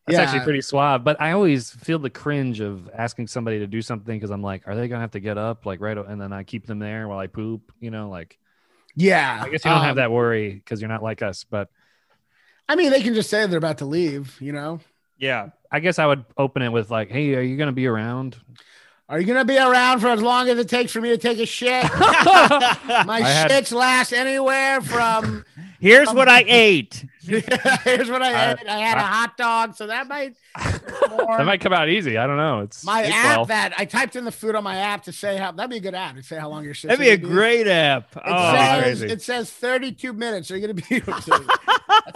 S1: That's actually pretty suave, but I always feel the cringe of asking somebody to do something because I'm like, are they gonna have to get up like right? o- And then I keep them there while I poop. You know, like
S5: yeah.
S1: I guess you don't have
S5: Um,
S1: that worry because you're not like us. But
S5: I mean, they can just say they're about to leave. You know,
S2: Yeah.
S1: I guess I would open it with like, hey, are you gonna be
S5: *laughs*
S1: around?
S5: are you gonna be around for as long as it takes for me to take
S1: *laughs*
S5: a shit? My
S1: I had-
S5: shits last
S1: *laughs*
S5: anywhere from.
S2: Here's
S5: *laughs*
S2: what I ate.
S5: Here's what I
S1: I-
S5: ate. I had a hot dog, so that might.
S1: *laughs* That might come out easy. I don't know. It's
S5: my
S1: it's
S5: app
S1: well.
S5: that I typed in the food on my app to say how that'd be a good app to say how long your shit.
S2: That'd be a great app.
S5: It
S2: Oh,
S5: says
S1: crazy.
S5: it says 32 minutes. Are you
S1: *laughs*
S5: gonna be? *laughs* That's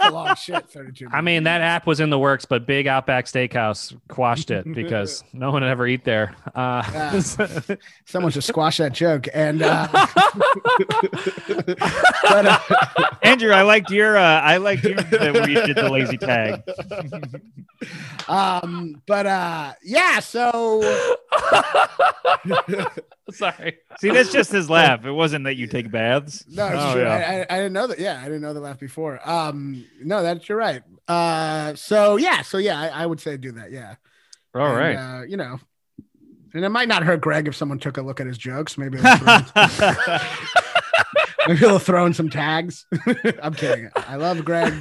S5: a long shit. 32. Minutes.
S1: I mean, that app was in the works, but Big Outback Steakhouse quashed
S5: *laughs*
S1: it because no one would ever eat there. Uh,
S5: Yeah. someone should squash that joke. And uh, but, uh,
S2: Andrew, I liked your. Uh, I liked your that we did the lazy tag.
S5: um, but uh, yeah. So
S1: *laughs* Sorry.
S2: See, that's just his laugh. It wasn't that you take baths.
S5: no, it's
S2: Oh,
S5: true.
S2: yeah.
S5: I, I, I didn't know that. Yeah, I didn't know that laugh before. Um, no, that's you're right. Uh, so yeah, so yeah, I, I would say do that. Yeah.
S1: All
S5: And,
S1: right.
S5: uh, you know, and it might not hurt Greg if someone took a look at his
S1: *laughs*
S5: jokes. Maybe he'll throw in,
S2: *laughs*
S5: maybe he'll throw in some tags. *laughs* I'm kidding. I love Greg.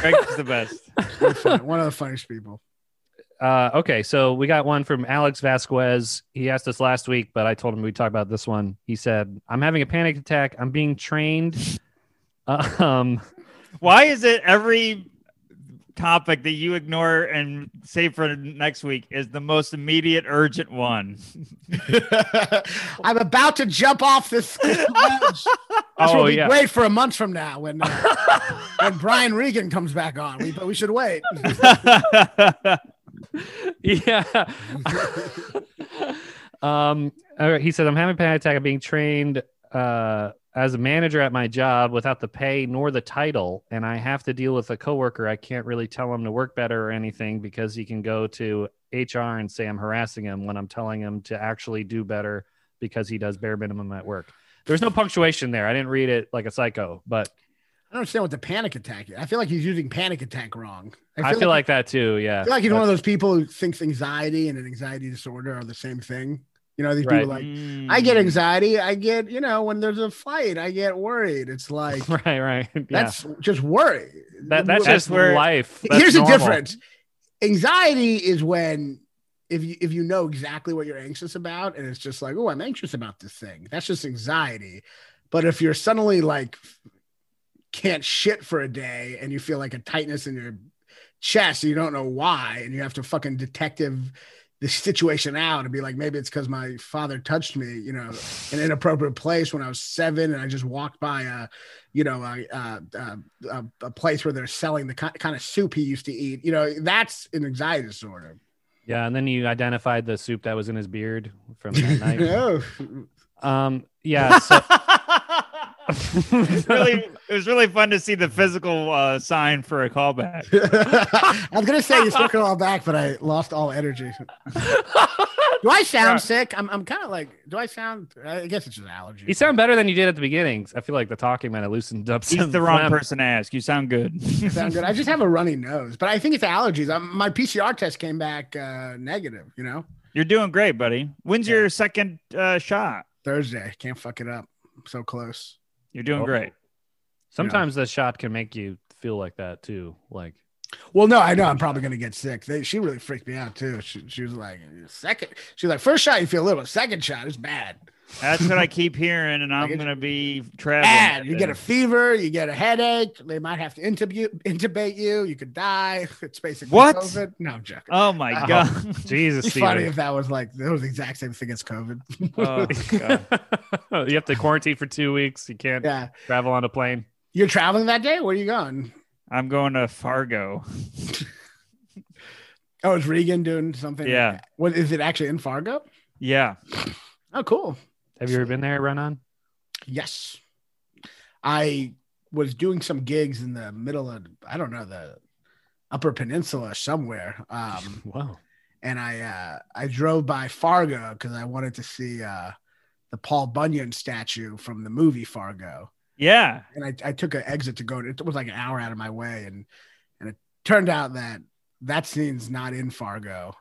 S2: Greg's the best.
S5: He's fun- One of the funniest people.
S1: Uh, okay, so we got one from Alex Vasquez. He asked us last week, but I told him we'd talk about this one. He said, "I'm having a panic attack. I'm being trained." *laughs* Uh, um,
S2: Why is it every topic that you ignore and save for next week is the most immediate, urgent one?
S5: I'm about to jump off this *laughs* ledge. This
S1: oh
S5: will be
S1: yeah,
S5: great for a month from now when uh, *laughs* when Brian Regan comes back on. We, but we should wait.
S1: *laughs* yeah. um, all right, he said, "I'm having a panic attack. I'm being trained uh, as a manager at my job without the pay nor the title, and I have to deal with a coworker. I can't really tell him to work better or anything because he can go to HR and say I'm harassing him when I'm telling him to actually do better because he does bare minimum at work." There's no punctuation there. I didn't read it like a psycho, but
S5: I don't understand what the panic attack is. I feel like he's using panic attack wrong.
S1: I feel, like, that too. Yeah.
S5: I feel like he's one of those people who thinks anxiety and an anxiety disorder are the same thing. You know, these
S1: Right.
S5: people like *laughs* I get
S2: Hmm.
S5: anxiety. I get, you know, when there's a fight, I get worried. It's like
S1: *laughs* *laughs* right, right. Yeah.
S5: that's just worry.
S1: that, that's,
S2: That's
S1: just
S2: where-
S1: life. That's
S5: here's
S1: normal.
S5: the difference. Anxiety is when if you if you know exactly what you're anxious about and it's just like, oh, I'm anxious about this thing. That's just anxiety. But if you're suddenly like can't shit for a day and you feel like a tightness in your chest, and you don't know why, and you have to fucking detective the situation out and be like, maybe it's because my father touched me, you know, in an inappropriate place when I was seven, and I just walked by a, you know, a, a, a, a, a place where they're selling the ki- kind of soup he used to eat. You know, that's an anxiety disorder.
S1: Yeah, and then you identified the soup that was in his beard from
S5: *laughs*
S1: that night.
S5: Oh,
S1: Um, yeah, so *laughs*
S2: *laughs* really, it was really fun to see the physical uh, sign for
S1: *laughs*
S2: a callback.
S5: I was gonna say you took it all back, but I lost all energy. do I sound sick? I'm, I'm kind of like, do I sound? I guess it's just allergy.
S1: you sound better than you did at the beginnings. I feel like the talking might have loosened up.
S2: He's
S1: some
S2: the wrong
S1: phlegm.
S2: person to ask. You sound good.
S5: sound good. I
S2: *laughs*
S5: just have a runny nose, but I think it's allergies. i my PCR test came back uh, negative. You know,
S2: You're doing great, buddy. When's
S5: Yeah.
S2: your second uh, shot?
S5: Thursday. Can't fuck it up. I'm so close.
S2: You're doing
S1: Oh.
S2: great.
S1: Sometimes the shot can make you feel like that too.
S2: *laughs*
S1: Like,
S5: Well, no, I know I'm probably gonna get sick. They, she really freaked me out too. She, she was like, second. She's like, first shot you feel a little, second shot is bad.
S2: That's what I keep hearing, and I'm
S5: get you.
S2: gonna be traveling.
S5: Bad. You get a fever. You get a headache. They might have to intubate intubate you. You could die. *laughs* It's basically
S2: What?
S5: COVID. No, I'm joking.
S2: Oh my
S1: Oh.
S5: *laughs*
S2: god!
S1: Jesus,
S5: It'd be funny
S1: Steven.
S5: if that was like that was the exact same thing as COVID.
S2: Oh, God.
S1: you have to quarantine for two weeks. You can't
S5: *laughs* yeah,
S1: travel on a plane.
S5: you're traveling that day. Where are you going?
S2: I'm going to Fargo.
S5: Oh, is Regan doing something?
S2: Yeah.
S5: What is it actually in Fargo?
S2: Yeah.
S5: Oh, cool.
S1: Have you ever been there, Renan?
S5: Yes. I was doing some gigs in the middle of I don't know the Upper Peninsula somewhere.
S1: *laughs*
S5: Um,
S1: Wow.
S5: and I uh, I drove by Fargo because I wanted to see uh, the Paul Bunyan statue from the movie Fargo.
S2: Yeah.
S5: And I, I took an exit to go. To, it was like an hour out of my way, and and it turned out that that scene's not in Fargo,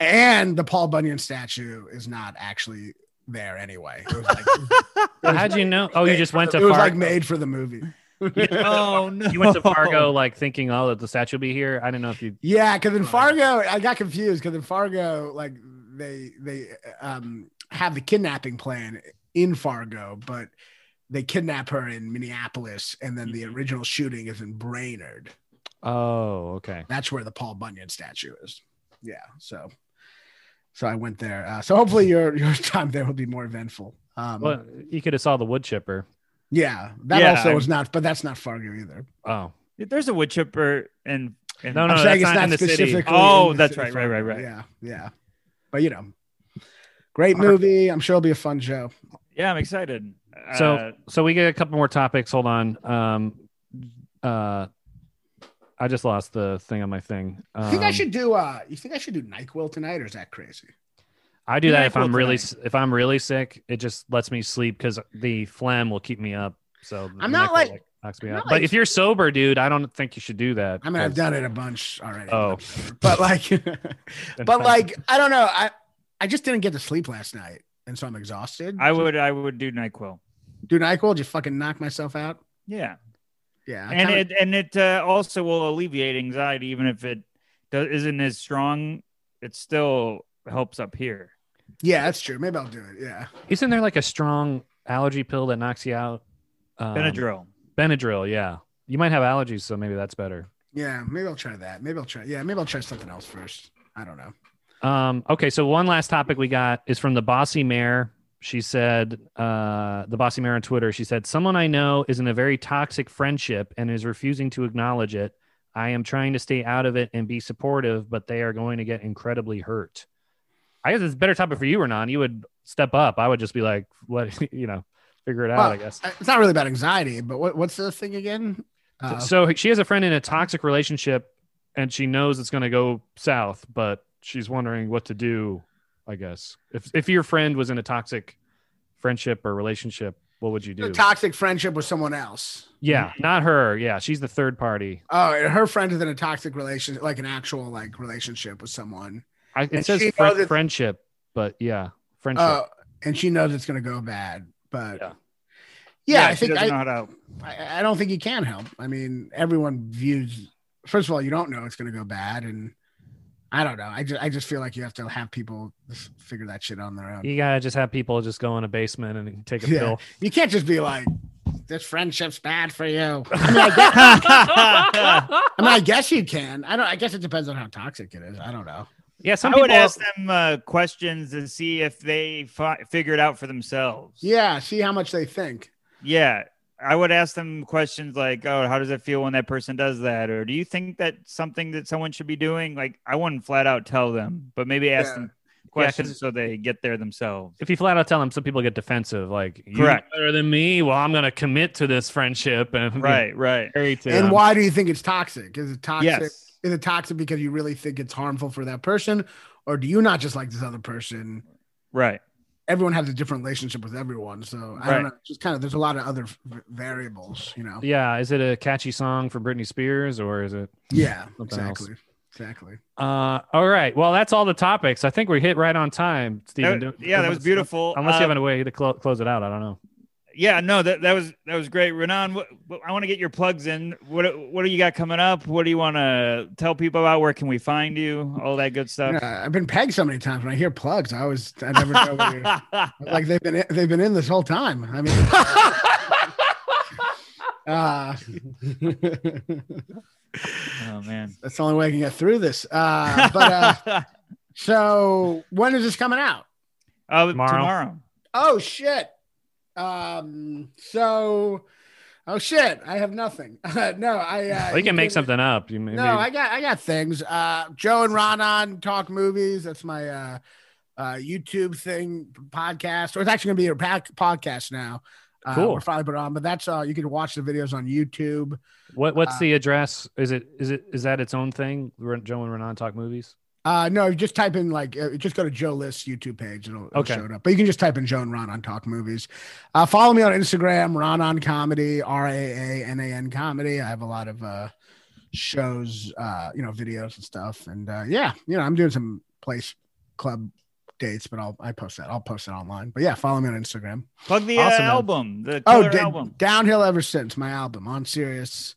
S5: and the Paul Bunyan statue is not actually there anyway. It was like,
S1: Well, how'd you know? Oh, you just went to
S5: It was like
S1: Fargo.
S5: made for
S1: *laughs*
S5: the movie.
S2: Oh no.
S1: You went
S5: *laughs*
S1: to Fargo, like thinking, oh, that the statue will be here. I didn't know if you.
S5: Yeah, because in Fargo, I got confused because in Fargo, like they they um have the kidnapping plan in Fargo, but they kidnap her in Minneapolis, and then
S1: Mm-hmm.
S5: the original shooting is in Brainerd.
S1: Oh, okay.
S5: That's where the Paul Bunyan statue is. Yeah, so so I went there. Uh, so hopefully your your *laughs* time there will be more eventful. Um,
S1: Well, you could have saw the wood chipper.
S5: yeah, that
S2: Yeah,
S5: also
S2: I'm-
S5: was not, but that's not Fargo either.
S1: Oh,
S2: There's a wood chipper and and
S1: No, no,
S5: I'm
S1: that's
S5: saying it's
S1: not in
S5: not
S1: the city.
S5: specifically.
S2: Oh,
S5: in the
S2: that's
S5: city
S2: right, right, right, right.
S5: Yeah, yeah. But you know, great movie. I'm sure it'll be a fun show.
S2: yeah, I'm excited.
S1: so
S2: Uh,
S1: so we get a couple more topics. Hold on. Um, uh, I just lost the thing on my thing.
S5: You think I
S1: Um,
S5: should do? Uh, you think I should do Nyquil tonight, or is that crazy?
S1: I do that if
S2: NyQuil
S1: I'm really
S2: tonight.
S1: if I'm really sick. It just lets me sleep because the phlegm will keep me up. So the
S5: I'm not
S1: NyQuil,
S5: like-
S1: knocks me
S5: I'm
S1: out.
S5: not
S1: But
S5: like-
S1: if you're sober, dude, I don't think you should do that.
S5: I mean, I've
S1: 'cause-
S5: done it a bunch already.
S1: Oh.
S2: *laughs*
S5: but like, but like, I don't know. I I just didn't get to sleep last night, and so I'm exhausted.
S2: I would I would do Nyquil.
S5: do Nyquil. Just fucking knock myself out.
S2: Yeah,
S5: Yeah, I
S2: and
S5: kinda-
S2: it and it uh, also will alleviate anxiety, even if it do- isn't as strong. It still helps up here.
S5: yeah, that's true. Maybe I'll do it. Yeah,
S1: Isn't there like a strong allergy pill that knocks you out? Um,
S2: Benadryl.
S1: Benadryl, yeah. You might have allergies, so maybe that's better.
S5: yeah. Maybe I'll try that. Maybe I'll try. Yeah, maybe I'll try something else first. I don't know.
S1: Um, okay, so one last topic we got is from the bossy mayor. She said, uh, the bossy mayor on Twitter, she said, Someone I know is in a very toxic friendship and is refusing to acknowledge it. I am trying to stay out of it and be supportive, but they are going to get incredibly hurt. I guess it's a better topic for you, Renan. You would step up. I would just be like, what, *laughs* you know, figure it out,
S5: Well,
S1: I guess.
S5: It's not really about anxiety, but what, what's the thing again? Uh,
S1: so she has a friend in a toxic relationship and she knows it's going to go south but she's wondering what to do i guess if if your friend was in a toxic friendship or relationship what would you
S5: a
S1: do
S5: toxic friendship with someone else.
S1: yeah not her yeah she's the third party
S5: Oh, and her friend is in a toxic relationship, like an actual like relationship with someone.
S1: I, it
S5: And
S1: says
S5: she
S1: fri-
S5: knows it's-
S1: friendship but yeah friendship
S5: Oh, and she knows it's gonna go bad, but
S1: Yeah.
S5: yeah, I
S2: she
S5: think
S2: doesn't know
S5: I,
S2: how to help.
S5: I, I don't think you can help. I mean, everyone views. First of all, you don't know it's gonna go bad, and I don't know. I just I just feel like you have to have people s- figure that shit on their own.
S1: you gotta just have people just go in a basement and take a
S5: Yeah.
S1: pill
S5: You can't just be like, this friendship's bad
S1: *laughs*
S5: for you.
S2: *laughs*
S5: I mean, I guess you can. I don't. I guess it depends on how toxic it is. I don't know.
S1: yeah some
S2: I
S1: people
S2: would ask them uh, questions and see if they fi- figure it out for themselves.
S5: Yeah, see how much they think.
S2: Yeah. I would ask them questions like, oh, how does it feel when that person does that? Or do you think that's something that someone should be doing? Like, I wouldn't flat out tell them, but maybe ask
S5: Yeah.
S2: them
S1: Yeah, 'cause-
S2: questions so they get there themselves.
S1: if you flat out tell them some people get defensive like you're
S2: Correct.
S1: better than me well i'm gonna commit to this friendship and
S2: Right, right.
S1: married to
S5: And
S1: them.
S5: why do you think it's toxic? Is it toxic?
S2: Yes.
S5: Is it toxic because you really think it's harmful for that person, or do you not just like this other person?
S2: Right.
S5: Everyone has a different relationship with everyone, so I
S2: Right.
S5: don't know. It's Just kind of, there's a lot of other v- variables, you know.
S1: Yeah, is it a catchy song from Britney Spears or is it?
S5: Yeah,
S1: Something else.
S5: exactly, exactly.
S1: Uh, all right. Well, that's all the topics. I think we hit right on time, Stephen.
S2: That-
S1: Don't-
S2: yeah, that was
S1: unless-
S2: beautiful.
S1: Unless
S2: Uh,
S1: you have a way to clo- close it out, I don't know.
S2: yeah, no, that, that was that was great, Renan. What, what, I want to get your plugs in. What what do you got coming up? What do you want to tell people about? Where can we find you? All that good
S1: Uh,
S5: You *laughs* know,
S2: stuff. *laughs*
S5: I've been pegged so many times when I hear plugs. I always, I never know. where you're-
S2: Oh,
S5: like they've been they've been in this whole time.
S1: *laughs*
S5: I mean, uh,
S2: oh man.
S5: that's the only way I can get through this. Uh, but
S1: *laughs*
S5: uh, so when is this coming out?
S2: *laughs* Uh,
S1: Tomorrow.
S2: tomorrow.
S5: Oh shit. Um. So, oh shit. I have nothing. *laughs* no, I. Uh,
S1: we can make
S5: something.
S1: something up. You may,
S5: No, I got I got things. Uh, Joe and Ron on talk movies. That's my uh, uh, YouTube thing podcast, or it's actually gonna be a pac- podcast now. Uh,
S1: Cool.
S5: We're finally put it on, but that's uh, you can watch the videos on YouTube.
S1: What what's
S5: Uh,
S1: the address? Is it is it is that its own thing? Ren- Joe and Renan talk movies.
S5: Uh, no, you just type in like uh, just go to Joe List's YouTube page. It'll, it'll
S1: Okay.
S5: show it up. But you can just type in Joe and Ron on Talk Movies. Uh, follow me on Instagram, Ron on Comedy, R A A N A N Comedy. I have a lot of uh, shows, uh, you know, videos and stuff. And uh, yeah, you know, I'm doing some place club dates, but I'll I post that. I'll post it online. But yeah, follow me on Instagram.
S2: Plug the
S1: Awesome,
S2: uh,
S1: man.
S2: album, the
S5: Oh,
S2: killer
S5: d- *laughs*
S2: album.
S5: Downhill Ever Since, my album on Sirius.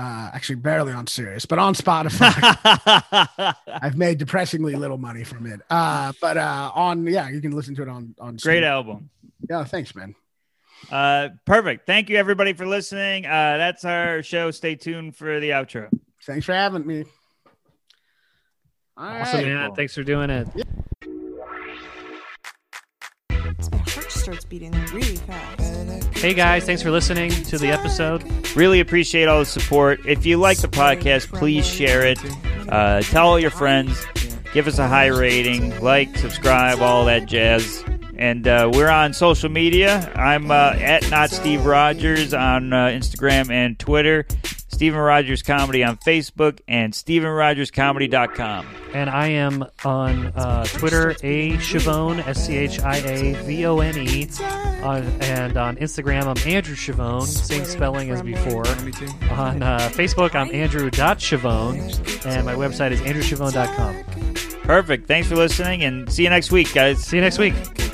S5: Uh, actually, barely on Sirius, but
S2: *laughs*
S5: on Spotify. I've made depressingly little money from it. Uh, but uh, on yeah, you can listen to it on on.
S2: Great
S5: Stream.
S2: album.
S5: Yeah, thanks, man.
S2: Uh, perfect. Thank you everybody for listening. Uh, that's our show. Stay tuned for the outro.
S5: Thanks for having me. All right.
S1: Awesome, man.
S2: cool.
S1: Thanks for doing it.
S3: My heart starts beating really fast.
S1: Hey guys, thanks for listening to the episode.
S2: Really appreciate all the support. If you like the podcast, please share it. Uh, tell all your friends. Give us a high rating. Like, subscribe, all that jazz. And uh, we're on social media. I'm uh, at not Steve Rogers on uh, Instagram and Twitter. Steven Rogers Comedy on Facebook and StevenRogersComedy.com.
S1: And I am on uh, Twitter, A Chavone, S C H I A V O N E. On, and on Instagram, I'm Andrew Chavone, same spelling as before. On uh, Facebook, I'm Andrew.Chavone. And my website is AndrewChavone.com.
S2: Perfect. Thanks for listening and see you next week, guys.
S1: See you next week.